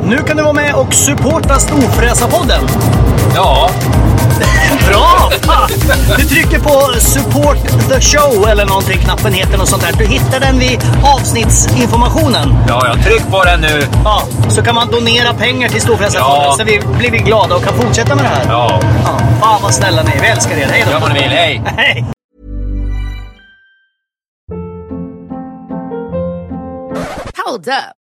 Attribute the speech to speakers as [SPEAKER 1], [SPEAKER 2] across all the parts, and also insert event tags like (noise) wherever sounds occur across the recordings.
[SPEAKER 1] Nu kan du vara med och supporta Storfräsarpodden.
[SPEAKER 2] Ja,
[SPEAKER 1] Bra! Fan! Du trycker på support the show eller någonting, knappen heter något sånt där. Du hittar den vid avsnittsinformationen.
[SPEAKER 2] ja, jag tryck på den nu.
[SPEAKER 1] Ja, så kan man donera pengar till Storfräsarpodden
[SPEAKER 2] Ja.
[SPEAKER 1] så vi blir vi glada och kan fortsätta med det här.
[SPEAKER 2] Ja,
[SPEAKER 1] Ja, fan vad snälla ni är. Vi älskar er. Hej då!
[SPEAKER 2] gör vad ni vill. Hej!
[SPEAKER 1] Hej!
[SPEAKER 3] Hold up.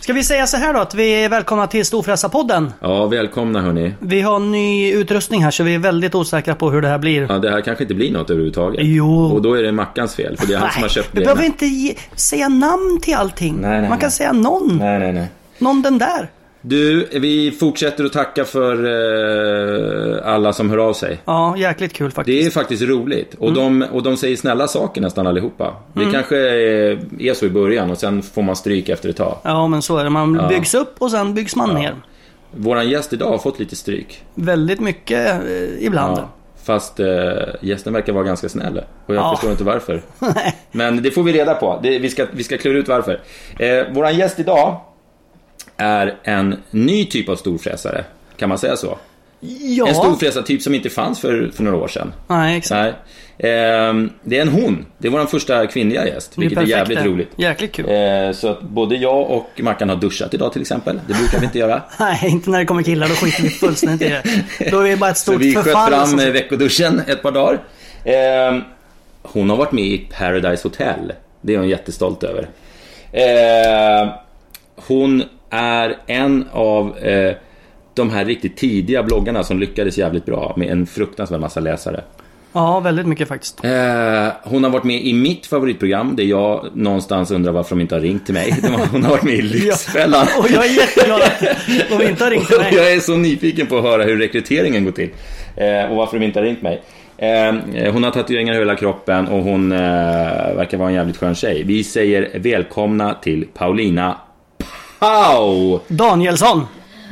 [SPEAKER 1] Ska vi säga så här då att vi är välkomna till Storfräsarpodden.
[SPEAKER 4] Ja, välkomna hörni.
[SPEAKER 1] Vi har ny utrustning här så vi är väldigt osäkra på hur det (laughs) här blir.
[SPEAKER 4] Ja, det här kanske inte blir något överhuvudtaget.
[SPEAKER 1] Jo.
[SPEAKER 4] Och då är det Mackans fel, för det är han som har köpt
[SPEAKER 1] du
[SPEAKER 4] grejerna.
[SPEAKER 1] behöver inte ge, säga namn till allting.
[SPEAKER 4] Nej, nej,
[SPEAKER 1] Man kan
[SPEAKER 4] nej.
[SPEAKER 1] säga någon.
[SPEAKER 4] Nej, nej, nej.
[SPEAKER 1] Någon den där.
[SPEAKER 4] Du, vi fortsätter att tacka för eh, alla som hör av sig.
[SPEAKER 1] Ja, jäkligt kul faktiskt.
[SPEAKER 4] Det är faktiskt roligt. Och,
[SPEAKER 1] Mm.
[SPEAKER 4] de, och de säger snälla saker nästan allihopa. Det kanske är, är så i början och sen får man stryk efter ett tag.
[SPEAKER 1] Ja, men så är det. Man byggs upp och sen byggs man ner.
[SPEAKER 4] Våran gäst idag har fått lite stryk.
[SPEAKER 1] Väldigt mycket eh, ibland.
[SPEAKER 4] Ja. Fast eh, gästen verkar vara ganska snäll. Och jag
[SPEAKER 1] Ja.
[SPEAKER 4] förstår inte varför.
[SPEAKER 1] (laughs)
[SPEAKER 4] Men det får vi reda på. Det, vi, ska, vi ska klura ut varför. Eh, våran gäst idag är en ny typ av storfräsare. Kan man säga så?
[SPEAKER 1] Ja,
[SPEAKER 4] En storfräsartyp som inte fanns för, för några år sedan.
[SPEAKER 1] Nej, exakt.
[SPEAKER 4] Nej. Ehm, det är en hon. Det är vår första kvinnliga gäst.
[SPEAKER 1] Det är
[SPEAKER 4] Vilket är,
[SPEAKER 1] perfekt
[SPEAKER 4] jävligt
[SPEAKER 1] det.
[SPEAKER 4] roligt.
[SPEAKER 1] Jäkligt kul.
[SPEAKER 4] Eh, så att både jag och Mackan har duschat idag till exempel. Det brukar vi inte göra.
[SPEAKER 1] Nej, inte när det kommer killar. Då skiter vi fullständigt i det. Då är det bara ett
[SPEAKER 4] Så
[SPEAKER 1] stort
[SPEAKER 4] vi sköt
[SPEAKER 1] förfall. liksom.
[SPEAKER 4] fram eh,
[SPEAKER 1] som-
[SPEAKER 4] veckoduschen ett par dagar. Ehm, hon har varit med i Paradise Hotel. Det är hon jättestolt över. Ehm, hon är en av eh, de här riktigt tidiga bloggarna som lyckades jävligt bra med en fruktansvärd massa läsare.
[SPEAKER 1] Ja, väldigt mycket faktiskt.
[SPEAKER 4] Eh, hon har varit med i mitt favoritprogram där jag någonstans undrar varför de inte har ringt till mig. De har- Hon har varit
[SPEAKER 1] (laughs)
[SPEAKER 4] med i Lyxfällan.
[SPEAKER 1] Och jag är jätteglad att de inte har ringt till mig.
[SPEAKER 4] (laughs) Jag är så nyfiken på att höra hur rekryteringen går till eh, och varför de inte har ringt mig. Eh, hon har tatueringar över hela kroppen och hon eh, verkar vara en jävligt skön tjej. Vi säger välkomna till Paulina Pau!
[SPEAKER 1] Danielsson!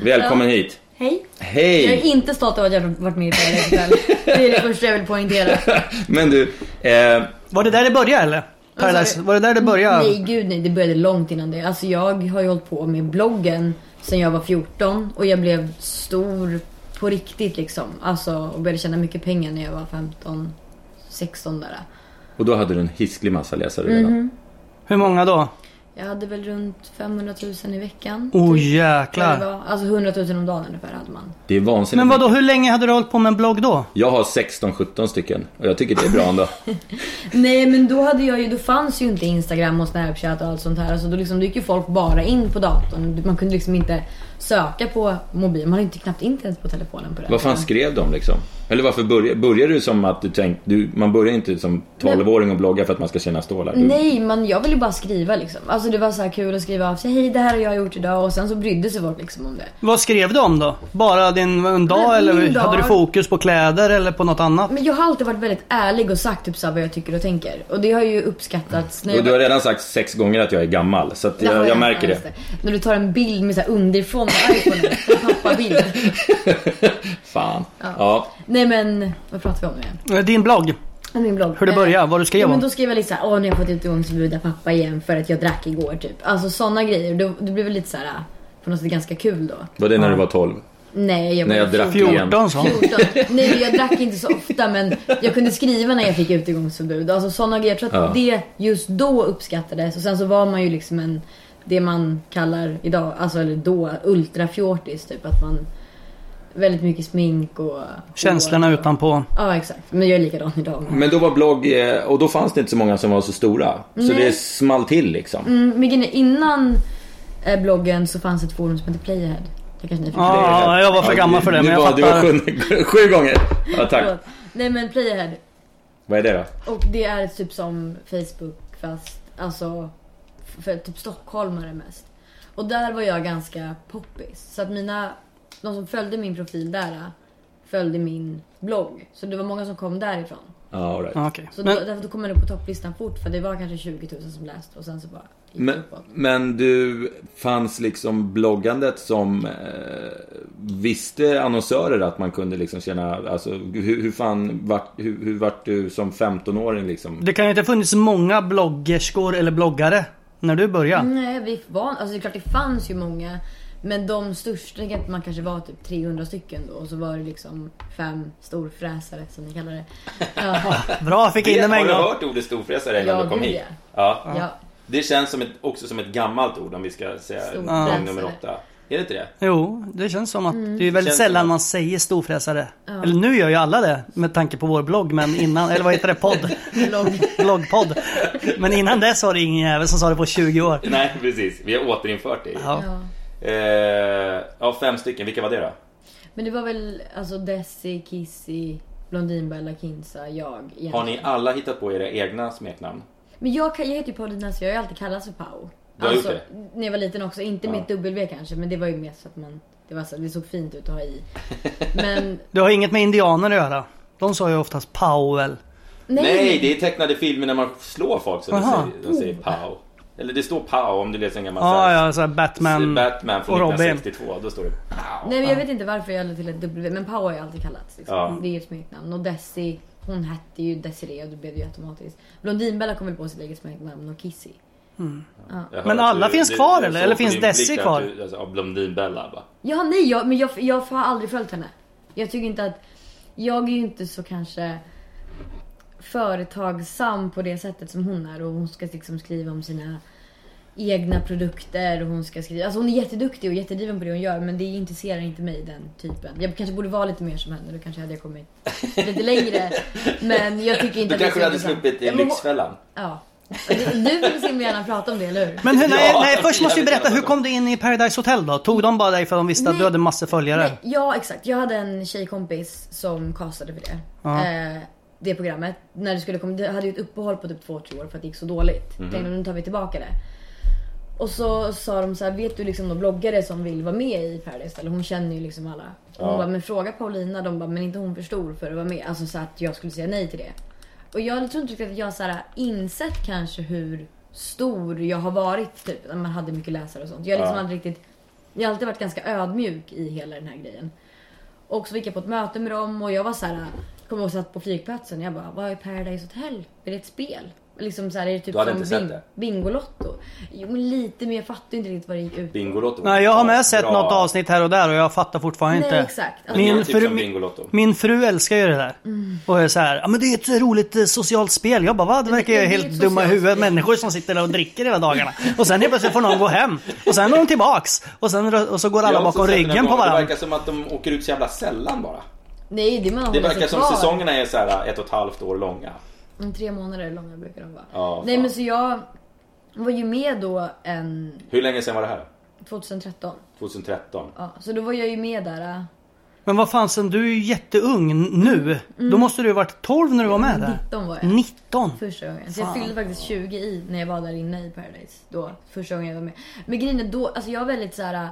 [SPEAKER 4] Välkommen hit!
[SPEAKER 5] Hej. Jag är
[SPEAKER 4] Hej!
[SPEAKER 5] inte stolt över att jag har varit med i Paradise Hotel. Det är det första jag vill poängtera.
[SPEAKER 4] (laughs) Men du, eh,
[SPEAKER 1] Var det där det började eller? Paradise, var det där det började?
[SPEAKER 5] Alltså, Nej gud nej, det började långt innan det. Alltså jag har ju hållit på med bloggen sen jag var 14 och jag blev stor på riktigt liksom. Alltså och började tjäna mycket pengar när jag var 15, 16 där.
[SPEAKER 4] och då hade du en hisklig massa läsare redan.
[SPEAKER 1] Hur många då?
[SPEAKER 5] Jag hade väl runt 500 000 i veckan.
[SPEAKER 1] Åh oh,
[SPEAKER 5] typ. Eller
[SPEAKER 1] jäklar.
[SPEAKER 5] vad? Alltså 100 000 om dagen ungefär hade man.
[SPEAKER 4] Det är vansinnigt.
[SPEAKER 1] Men vadå, hur länge hade du hållit på med en blogg då?
[SPEAKER 4] Jag har 16-17 stycken och jag tycker det är
[SPEAKER 5] (laughs)
[SPEAKER 4] bra ändå.
[SPEAKER 5] Nej men då hade jag ju, då fanns ju inte Instagram och Snapchat och allt sånt här. Alltså då, liksom, då gick ju folk bara in på datorn. Man kunde liksom inte söka på mobil. Man har inte knappt internet på telefonen på den
[SPEAKER 4] Vad fan
[SPEAKER 5] tiden.
[SPEAKER 4] skrev de liksom? Eller varför börjar, börjar du som att du tänkte, du, man börjar inte som 12-åring och blogga för att man ska tjäna stålar? Du,
[SPEAKER 5] Nej, men jag ville bara skriva liksom. Alltså det var så här kul att skriva av sig. Hej, det här har jag gjort idag. Och sen så brydde sig folk liksom om det.
[SPEAKER 1] Vad skrev du om då? Bara din en dag
[SPEAKER 5] Men min
[SPEAKER 1] eller
[SPEAKER 5] dag.
[SPEAKER 1] hade du fokus på kläder eller på något annat?
[SPEAKER 5] Men jag har alltid varit väldigt ärlig och sagt typ så här vad jag tycker och tänker. Och det har ju uppskattats. När
[SPEAKER 4] Och
[SPEAKER 5] jag
[SPEAKER 4] du
[SPEAKER 5] var-
[SPEAKER 4] har redan sagt sex gånger att jag är gammal, så att
[SPEAKER 5] Jaha,
[SPEAKER 4] jag,
[SPEAKER 5] ja,
[SPEAKER 4] jag märker
[SPEAKER 5] ja,
[SPEAKER 4] det.
[SPEAKER 5] just När du tar en bild med så här underifrån med
[SPEAKER 4] (laughs)
[SPEAKER 5] iPhone. en Pappabild.
[SPEAKER 4] Fan. Ja.
[SPEAKER 5] Nej men, vad pratar vi om nu igen?
[SPEAKER 1] Din blogg.
[SPEAKER 5] Om Min blogg.
[SPEAKER 1] Hur det
[SPEAKER 5] Eh,
[SPEAKER 1] började, vad du skrev
[SPEAKER 5] ja, men
[SPEAKER 1] om.
[SPEAKER 5] Då skrev jag lite såhär, åh nu har jag fått utegångsförbud av pappa igen för att jag drack igår typ. Alltså sådana grejer. Då, det blev väl lite såhär, äh, på något sätt ganska kul då.
[SPEAKER 4] Var det när du var 12?
[SPEAKER 5] Nej, jag
[SPEAKER 4] När
[SPEAKER 5] var
[SPEAKER 4] jag drack
[SPEAKER 5] 14.
[SPEAKER 4] igen.
[SPEAKER 1] 14 sa han.
[SPEAKER 5] 14. Nej men jag drack inte så ofta men jag kunde skriva när jag fick utegångsförbud. Alltså sådana grejer. Jag tror att det just då uppskattades. Och sen så var man ju liksom en, det man kallar idag, alltså eller då, ultrafjortis typ. Att man, väldigt mycket smink och...
[SPEAKER 1] Känslorna
[SPEAKER 5] hår.
[SPEAKER 1] utanpå.
[SPEAKER 5] Ja exakt. Men jag är likadan idag.
[SPEAKER 4] Men då var blogg, eh, och då fanns det inte så många som var så stora. Så det small till liksom.
[SPEAKER 5] Mm, Men grejen är, innan eh, bloggen så fanns ett forum som hette Playhead. Det kanske ni fick
[SPEAKER 1] Ja, jag var för gammal för det,
[SPEAKER 4] Du
[SPEAKER 1] men jag
[SPEAKER 4] var, du var
[SPEAKER 1] fattar.
[SPEAKER 4] sju, (laughs) sju gånger. Ja, tack.
[SPEAKER 5] Nej men Playhead.
[SPEAKER 4] Vad är det då?
[SPEAKER 5] Och det är typ som Facebook fast alltså för typ stockholmare mest. Och där var jag ganska poppis. Så att mina, de som följde min profil där äh, följde min blogg. Så det var många som kom därifrån.
[SPEAKER 4] Ja, all right.
[SPEAKER 1] Ja, okej.
[SPEAKER 5] Så
[SPEAKER 1] Men-
[SPEAKER 5] då, därför då kom jag upp på topplistan fort för det var kanske 20 000 som läste och sen så bara gick det
[SPEAKER 4] Men,
[SPEAKER 5] uppåt.
[SPEAKER 4] men du, fanns liksom bloggandet som eh, visste annonsörer att man kunde liksom tjäna, alltså hur, hur fan vart, hur, hur vart du som 15-åring liksom?
[SPEAKER 1] Det kan ju inte ha funnits många bloggerskor eller bloggare när du började.
[SPEAKER 5] Nej, vi var, alltså det är klart det fanns ju många. Men de största, jag vet, man kanske var typ 300 stycken då och så var det liksom fem storfräsare som ni kallar det. Ja,
[SPEAKER 1] Bra, fick in det med
[SPEAKER 4] har
[SPEAKER 1] en
[SPEAKER 4] du
[SPEAKER 1] gång.
[SPEAKER 4] hört ordet storfräsare innan
[SPEAKER 5] Ja,
[SPEAKER 4] du kom
[SPEAKER 5] gud,
[SPEAKER 4] hit? Ja.
[SPEAKER 5] ja.
[SPEAKER 4] Det känns som ett, också som ett gammalt ord om vi ska säga
[SPEAKER 5] Storfräsare.
[SPEAKER 4] gång nummer åtta. Är det inte det?
[SPEAKER 1] Jo, det känns som att
[SPEAKER 5] Mm.
[SPEAKER 1] det är väldigt
[SPEAKER 4] Känns
[SPEAKER 1] sällan
[SPEAKER 4] som-
[SPEAKER 1] man säger storfräsare. Eller nu gör ju alla det med tanke på vår blogg, men innan, eller vad heter det, podd?
[SPEAKER 5] (laughs)
[SPEAKER 4] (laughs)
[SPEAKER 5] Blogg.
[SPEAKER 1] Bloggpodd. Men innan dess var det ingen jävel som sa det på 20 år.
[SPEAKER 4] Nej, (laughs) precis. Vi har återinfört det.
[SPEAKER 1] Ja.
[SPEAKER 5] ja.
[SPEAKER 4] Eh, ja, fem stycken. Vilka var det då?
[SPEAKER 5] Men det var väl alltså Desi, Kissy, Blondinbella, Kinsa, jag. egentligen.
[SPEAKER 4] Har ni alla hittat på era egna smeknamn?
[SPEAKER 5] Men jag, kan- jag heter ju Paulina så jag har ju alltid kallats för Pau.
[SPEAKER 4] Du har
[SPEAKER 5] alltså,
[SPEAKER 4] gjort
[SPEAKER 5] När jag var liten också, inte med ett W kanske men det var ju mer så att man, det, var så, det såg fint ut att ha
[SPEAKER 4] (laughs)
[SPEAKER 5] i. Men
[SPEAKER 1] Det har inget med indianer att göra. De sa ju oftast Powell.
[SPEAKER 5] nej!
[SPEAKER 4] Nej, det är tecknade filmer när man slår folk så de
[SPEAKER 1] Jaha.
[SPEAKER 4] säger, de säger pow. Eller det står pow om du läser en gammal
[SPEAKER 1] Ja,
[SPEAKER 4] svensk.
[SPEAKER 1] ja, så här Batman,
[SPEAKER 4] Batman
[SPEAKER 1] och
[SPEAKER 4] från
[SPEAKER 1] Robin.
[SPEAKER 4] 1962, då står det pow.
[SPEAKER 5] Nej men jag vet inte varför jag lade till ett W, men Pau har jag alltid kallats. Liksom.
[SPEAKER 4] Ja.
[SPEAKER 5] Det är ju ett smeknamn. Och Desi, hon hette ju Desiree och det blev ju automatiskt. Blondinbella kom väl på sitt eget smeknamn och Kissy.
[SPEAKER 4] Jag hör
[SPEAKER 1] Men
[SPEAKER 4] att
[SPEAKER 1] alla finns kvar, eller?
[SPEAKER 4] såg
[SPEAKER 1] Eller
[SPEAKER 4] på
[SPEAKER 1] finns
[SPEAKER 4] din
[SPEAKER 1] Desi
[SPEAKER 4] blick att
[SPEAKER 1] kvar?
[SPEAKER 4] Du, alltså, av Blondinbella bara.
[SPEAKER 5] Ja, nej, jag, men jag, jag har aldrig följt henne. Jag tycker inte att... Jag är ju inte så kanske företagsam på det sättet som hon är. Och hon ska liksom skriva om sina egna produkter. Och hon, ska skriva, alltså hon är jätteduktig och jättedriven på det hon gör men det intresserar inte mig den typen. Jag kanske borde vara lite mer som henne, då kanske hade jag kommit lite längre. Men jag tycker inte
[SPEAKER 4] Du
[SPEAKER 5] att det är
[SPEAKER 4] kanske
[SPEAKER 5] så
[SPEAKER 4] hade
[SPEAKER 5] intressant.
[SPEAKER 4] sluppit
[SPEAKER 5] Ja,
[SPEAKER 4] i
[SPEAKER 5] men hon-
[SPEAKER 4] Lyxfällan.
[SPEAKER 5] Ja. Du vill så himla gärna prata om det, eller hur?
[SPEAKER 1] Men hur, nej,
[SPEAKER 4] Ja,
[SPEAKER 1] nej, först måste vi
[SPEAKER 4] jävligt
[SPEAKER 1] berätta, hur
[SPEAKER 4] jävla
[SPEAKER 1] kom du in i Paradise Hotel då? Tog de bara dig för att de visste att du
[SPEAKER 5] Nej.
[SPEAKER 1] hade massor följare?
[SPEAKER 5] Nej, ja exakt, jag hade en tjejkompis som castade för det. Eh, det programmet. När det skulle komma, det hade ju ett uppehåll på typ två, tre år för att det gick så dåligt. Mm. Tänkte nu tar vi tillbaka det. Och så sa de så här, vet du liksom några bloggare som vill vara med i Paradise? Eller hon känner ju liksom alla. Och Hon bara, men fråga Paulina. De bara, men inte hon för stor för att vara med. Alltså så att jag skulle säga nej till det. Och jag tror inte riktigt att jag så här, insett kanske hur stor jag har varit typ. När man hade mycket läsare och sånt. Jag har liksom aldrig riktigt, jag har alltid varit ganska ödmjuk i hela den här grejen. Och så gick jag på ett möte med dem och jag var så här, kommer ihåg satt på flygplatsen. Jag bara, vad är Paradise Hotel? Är det ett spel? Liksom så här, är det typ
[SPEAKER 4] Du hade
[SPEAKER 5] som
[SPEAKER 4] inte sett
[SPEAKER 5] bing-
[SPEAKER 4] det?
[SPEAKER 5] Bingolotto? Jo men lite men jag fattar inte riktigt vad det gick ut på.
[SPEAKER 4] Bingolotto.
[SPEAKER 1] Nej, jag har med sett
[SPEAKER 4] Bra.
[SPEAKER 1] något avsnitt här och där och jag fattar fortfarande
[SPEAKER 5] Nej
[SPEAKER 1] inte.
[SPEAKER 5] exakt. Alltså,
[SPEAKER 4] Det är
[SPEAKER 1] Min
[SPEAKER 4] typ som
[SPEAKER 1] fru-
[SPEAKER 4] Bingolotto.
[SPEAKER 1] Min fru älskar ju det där. Och är så här, ja men det är ett roligt eh, socialt spel. Jag bara, vad? Det verkar ju
[SPEAKER 5] Mm. Det är
[SPEAKER 1] helt
[SPEAKER 5] ett
[SPEAKER 1] dumma i
[SPEAKER 5] socialt
[SPEAKER 1] huvudet.
[SPEAKER 5] spel.
[SPEAKER 1] Människor som sitter där och dricker hela dagarna. Och sen helt plötsligt får någon gå hem. Och sen är de tillbaks. Och, sen, och så går
[SPEAKER 4] Jag
[SPEAKER 1] alla
[SPEAKER 4] har också
[SPEAKER 1] bakom
[SPEAKER 4] sett den här
[SPEAKER 1] ryggen på
[SPEAKER 4] gången. Det
[SPEAKER 1] varandra.
[SPEAKER 4] verkar som att de åker ut så jävla sällan bara.
[SPEAKER 5] nej det är man
[SPEAKER 4] Det
[SPEAKER 5] håller sig
[SPEAKER 4] verkar som
[SPEAKER 5] kvar.
[SPEAKER 4] säsongerna är så här ett och ett halvt år långa.
[SPEAKER 5] Mm, Tre månader långa brukar de vara.
[SPEAKER 4] Ja,
[SPEAKER 5] nej
[SPEAKER 4] fan.
[SPEAKER 5] men så jag var ju med då en
[SPEAKER 4] Hur länge sedan var det här?
[SPEAKER 5] 2013.
[SPEAKER 4] 2013.
[SPEAKER 5] Ja, så då var jag ju med där. äh,
[SPEAKER 1] Men vad fansen, du är ju jätteung n- nu. Då måste du ju ha varit 12 när du var med där.
[SPEAKER 5] 19 Mm. var jag.
[SPEAKER 1] 19?
[SPEAKER 5] Första gången. Så jag fyllde faktiskt 20 i när jag var där inne i Paradise. Då, första gången jag var med. Men grejen är då, alltså jag var väldigt så här.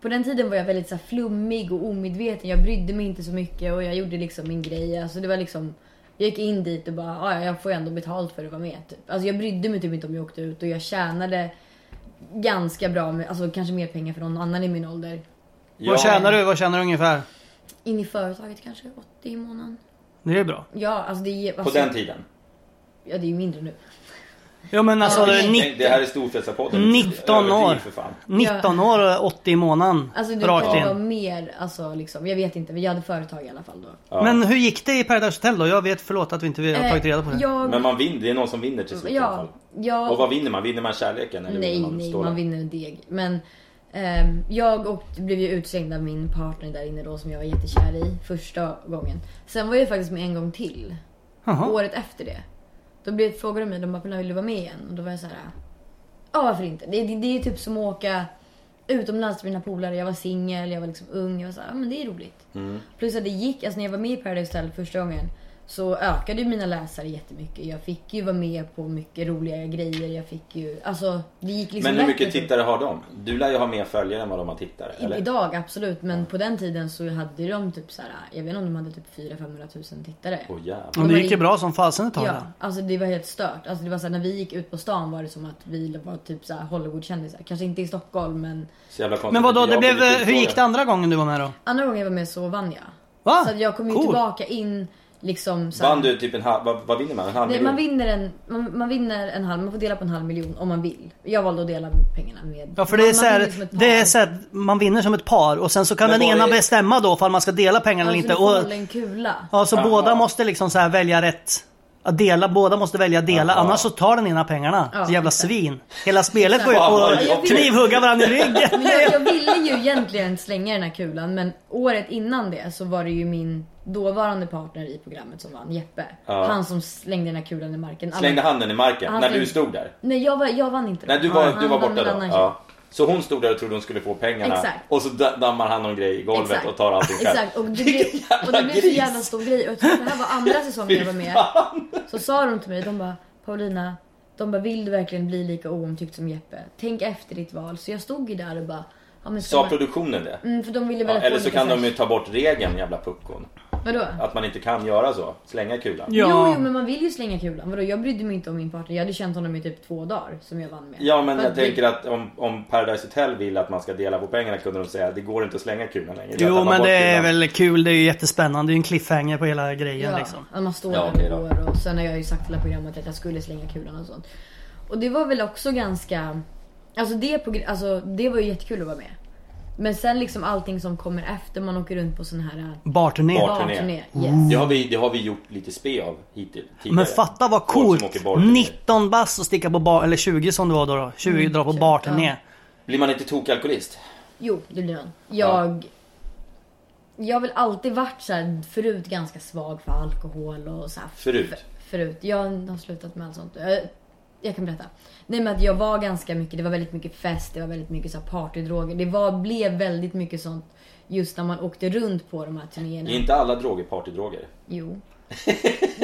[SPEAKER 5] På den tiden var jag väldigt så här flummig och omedveten. Jag brydde mig inte så mycket och jag gjorde liksom min grej. Alltså det var liksom, jag gick in dit och bara, "Ah, ja jag får ju ändå betalt för att vara med. Typ. Alltså jag brydde mig typ inte om jag åkte ut och jag tjänade ganska bra, med, alltså kanske mer pengar för någon annan i min ålder.
[SPEAKER 1] Vad tjänar du? Vad tjänar du ungefär?
[SPEAKER 5] In i företaget kanske, 80 i månaden.
[SPEAKER 1] Det är bra.
[SPEAKER 5] Ja, alltså det är...
[SPEAKER 4] På
[SPEAKER 5] Alltså,
[SPEAKER 4] den tiden.
[SPEAKER 5] Ja, det är ju mindre nu.
[SPEAKER 1] Ja men alltså
[SPEAKER 5] Ja,
[SPEAKER 1] ni-
[SPEAKER 4] Tänk, det här är Storfräsarpodden.
[SPEAKER 1] 19 år.
[SPEAKER 4] Överdriv För fan.
[SPEAKER 1] 19 år och 80 i månaden.
[SPEAKER 5] Alltså du
[SPEAKER 1] rakt
[SPEAKER 5] kanske var
[SPEAKER 1] in.
[SPEAKER 5] mer, alltså liksom, jag vet inte, vi hade företag i alla fall då.
[SPEAKER 1] Men hur gick det i Paradise Hotel då? Jag vet, förlåt att vi inte har tagit reda på det.
[SPEAKER 5] Eh, Jag,
[SPEAKER 4] Men man vinner, det är någon som vinner till slut i alla
[SPEAKER 5] ja,
[SPEAKER 4] fall.
[SPEAKER 5] jag,
[SPEAKER 4] Och vad vinner man? Vinner man kärleken? Eller
[SPEAKER 5] nej,
[SPEAKER 4] vinner man
[SPEAKER 5] nej,
[SPEAKER 4] stålar?
[SPEAKER 5] man vinner en deg. Men ehm, jag och, blev ju utslängd av min partner där inne då som jag var jättekär i första gången. Sen var jag faktiskt med en gång till,
[SPEAKER 1] Jaha.
[SPEAKER 5] året efter det. Då blev, frågade de mig, de bara, "När vill du vara med igen? Och då var jag så här, ja varför inte? Det, det, det är ju typ som att åka utomlands med mina polare, jag var singel, jag var liksom ung, jag var så här, ja men det är roligt.
[SPEAKER 4] Mm.
[SPEAKER 5] Plus att det gick, alltså när jag var med i Paradise Hotel första gången så ökade ju mina läsare jättemycket. Jag fick ju vara med på mycket roliga grejer, jag fick ju, alltså det gick liksom
[SPEAKER 4] Men hur
[SPEAKER 5] lätt
[SPEAKER 4] mycket
[SPEAKER 5] liksom.
[SPEAKER 4] tittare har de? Du lär ju ha mer följare än vad de har tittare.
[SPEAKER 5] I-
[SPEAKER 4] Eller?
[SPEAKER 5] Idag absolut, men på den tiden så hade de typ så här, jag vet inte om de hade typ 400-500 000 tittare.
[SPEAKER 4] Åh jävlar.
[SPEAKER 1] Men det gick ju bra som fasen ett tag
[SPEAKER 5] Ja,
[SPEAKER 1] där.
[SPEAKER 5] alltså det var helt stört. Alltså det var så här, när vi gick ut på stan var det som att vi var typ så här Hollywoodkändisar. Kanske inte i Stockholm men
[SPEAKER 4] Så jävla konstigt.
[SPEAKER 1] Men vadå,
[SPEAKER 4] Jag
[SPEAKER 1] det blev, eh,
[SPEAKER 4] blir
[SPEAKER 1] hur gick det
[SPEAKER 4] tillfrågad.
[SPEAKER 1] andra gången du var med då?
[SPEAKER 5] andra gången jag var med så vann jag.
[SPEAKER 1] Va?
[SPEAKER 5] Så att jag kom ju
[SPEAKER 1] Cool.
[SPEAKER 5] tillbaka in liksom så här-
[SPEAKER 4] Vann du typ en halv... Vad, vad vinner man? En halv
[SPEAKER 5] Nej,
[SPEAKER 4] miljon?
[SPEAKER 5] man vinner en, man, man vinner en halv, man får dela på en halv miljon om man vill. Jag valde att dela pengarna med...
[SPEAKER 1] Ja för det är
[SPEAKER 5] man,
[SPEAKER 1] så
[SPEAKER 5] man
[SPEAKER 1] här,
[SPEAKER 5] vinner som ett
[SPEAKER 1] det är
[SPEAKER 5] par.
[SPEAKER 1] så här, att man vinner som ett par och sen så kan
[SPEAKER 4] Men
[SPEAKER 1] den
[SPEAKER 4] var
[SPEAKER 1] ena
[SPEAKER 4] det-
[SPEAKER 1] bestämma då om man ska dela pengarna eller
[SPEAKER 5] Alltså,
[SPEAKER 1] inte.
[SPEAKER 5] du får
[SPEAKER 1] Och,
[SPEAKER 5] hålla en kula.
[SPEAKER 1] ja, så
[SPEAKER 4] Jaha.
[SPEAKER 1] båda måste liksom så här välja rätt. Att dela, båda måste välja att dela
[SPEAKER 4] Jaha.
[SPEAKER 1] annars så tar den ena pengarna.
[SPEAKER 5] Ja,
[SPEAKER 1] så jävla
[SPEAKER 5] exakt.
[SPEAKER 1] svin. Hela spelet går ut
[SPEAKER 4] Fan,
[SPEAKER 1] på
[SPEAKER 4] vad
[SPEAKER 1] att
[SPEAKER 4] jobbigt.
[SPEAKER 1] knivhugga varandra i ryggen.
[SPEAKER 5] (laughs) Men jag, jag
[SPEAKER 4] (laughs)
[SPEAKER 5] ville ju egentligen slänga den här kulan men året innan det så var det ju min dåvarande partner i programmet som vann, Jeppe.
[SPEAKER 4] Ja.
[SPEAKER 5] Han som slängde den här kulan i marken. Alla-
[SPEAKER 4] Slängde handen i marken
[SPEAKER 5] Han
[SPEAKER 4] när
[SPEAKER 5] slängde-
[SPEAKER 4] du stod där?
[SPEAKER 5] Nej jag, var, jag vann inte.
[SPEAKER 4] Nej,
[SPEAKER 5] då.
[SPEAKER 4] du var,
[SPEAKER 5] Han
[SPEAKER 4] du var
[SPEAKER 5] vann
[SPEAKER 4] borta
[SPEAKER 5] en
[SPEAKER 4] då?
[SPEAKER 5] annan tjej.
[SPEAKER 4] Ja. Så hon stod där och trodde hon skulle få pengarna
[SPEAKER 5] Exakt.
[SPEAKER 4] och så da- dammar han någon grej i golvet
[SPEAKER 5] Exakt.
[SPEAKER 4] och tar allting själv.
[SPEAKER 5] Exakt, och det blev,
[SPEAKER 4] (laughs) Vilken jävla
[SPEAKER 5] och det blev så
[SPEAKER 4] gris.
[SPEAKER 5] jävla stor grej. Och jag tror att det här var
[SPEAKER 4] (laughs)
[SPEAKER 5] andra säsongen jag var med. Så sa de till mig, de bara Paulina, de bara vill du verkligen bli lika oomtyckt som Jeppe? Tänk efter ditt val. Så jag stod ju där och bara ja, men ska
[SPEAKER 4] Sa
[SPEAKER 5] man...
[SPEAKER 4] produktionen det?
[SPEAKER 5] mm, för de ville
[SPEAKER 4] Ja,
[SPEAKER 5] väl
[SPEAKER 4] eller så kan de ju ta bort regeln jävla puckon.
[SPEAKER 5] Vadå?
[SPEAKER 4] Att man inte kan göra så. Slänga kulan. Ja,
[SPEAKER 5] Jo,
[SPEAKER 1] Ja.
[SPEAKER 5] jo men man vill ju slänga kulan. Vadå jag brydde mig inte om min partner. Jag hade känt honom i typ två dagar som jag vann med.
[SPEAKER 4] men
[SPEAKER 5] För
[SPEAKER 4] jag tänker att om, om Paradise Hotel vill att man ska dela på pengarna kunde de säga att det går inte att slänga kulan längre.
[SPEAKER 1] Jo
[SPEAKER 4] Jag tappar
[SPEAKER 1] men
[SPEAKER 4] bort
[SPEAKER 1] det är
[SPEAKER 4] kulan.
[SPEAKER 1] väl kul, det är ju jättespännande. Det är ju en cliffhanger på hela grejen
[SPEAKER 5] Ja,
[SPEAKER 1] liksom.
[SPEAKER 5] att man står
[SPEAKER 4] Ja,
[SPEAKER 5] där
[SPEAKER 4] okej
[SPEAKER 5] och
[SPEAKER 4] då.
[SPEAKER 5] går och sen har jag ju sagt till hela programmet att jag skulle slänga kulan och sånt. Och det var väl också ganska, alltså det, på, alltså det var ju jättekul att vara med. Men sen liksom allting som kommer efter, man åker runt på sån här
[SPEAKER 1] Barturné.
[SPEAKER 4] Barturné.
[SPEAKER 5] barnturné.
[SPEAKER 1] Mm.
[SPEAKER 5] Yes.
[SPEAKER 4] Det har, vi, det har vi gjort lite spe av hittills. tidigare.
[SPEAKER 1] Men fatta vad
[SPEAKER 4] Folk som
[SPEAKER 1] coolt!
[SPEAKER 4] åker barturné.
[SPEAKER 1] 19 bass och sticka på bar, eller 20 som det var då. då. 20
[SPEAKER 5] Mm,
[SPEAKER 1] drar på barturné.
[SPEAKER 4] Blir man inte tokalkoholist?
[SPEAKER 5] Jo, det blir man. Jag, jag har väl alltid varit så här förut ganska svag för alkohol och så här
[SPEAKER 4] Förut?
[SPEAKER 5] förut. Jag har slutat med allt sånt. Jag, jag kan berätta. Nej men att jag var ganska mycket, det var väldigt mycket fest, det var väldigt mycket så här partydroger. Det var, blev väldigt mycket sånt just när man åkte runt på de här turnéerna.
[SPEAKER 4] Är inte alla droger partydroger?
[SPEAKER 5] Jo.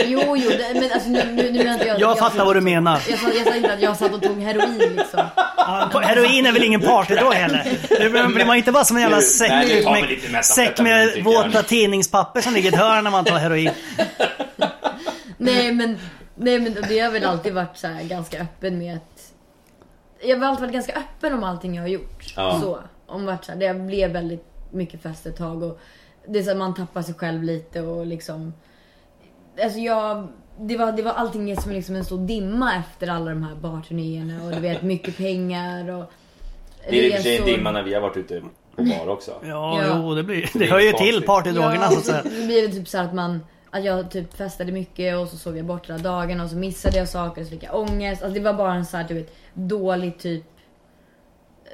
[SPEAKER 5] Jo, jo, det, men alltså nu, nu, nu menar inte jag...
[SPEAKER 1] Jag fattar vad du menar.
[SPEAKER 5] Jag sa, jag sa inte att jag satt och tog heroin liksom.
[SPEAKER 1] Ja, på- Heroin är väl ingen partydrog heller? Det blir- blir man inte bara som en jävla
[SPEAKER 4] Nej,
[SPEAKER 1] säck,
[SPEAKER 4] det tar väl lite
[SPEAKER 1] med,
[SPEAKER 4] metastatin,
[SPEAKER 1] säck med
[SPEAKER 4] tycker jag.
[SPEAKER 1] våta tidningspapper som ligger i ett hörn när man
[SPEAKER 5] (laughs)
[SPEAKER 1] tar heroin?
[SPEAKER 5] Nej men, nej men det har väl alltid varit så här ganska öppen med att... Jag har alltid varit ganska öppen om allting jag har gjort.
[SPEAKER 4] Ja.
[SPEAKER 5] Så, om varit så här, det blev väldigt mycket fest ett tag och det är så här, man tappar sig själv lite och liksom... Alltså jag... Det var, det var allting är som liksom en stor dimma efter alla de här barturnéerna och du vet mycket pengar och...
[SPEAKER 4] Det är i och för sig en
[SPEAKER 5] resor.
[SPEAKER 4] dimma när vi har varit ute på bar också.
[SPEAKER 1] Ja,
[SPEAKER 5] Ja.
[SPEAKER 1] jo, det, blir, det hör ju till partydrogerna alltså så att
[SPEAKER 5] (laughs)
[SPEAKER 1] säga.
[SPEAKER 5] Det blir det typ så här att man att jag typ festade mycket och så sov jag bort hela dagen och så missade jag saker och så fick jag ångest. Alltså det var bara en så här du vet, dålig typ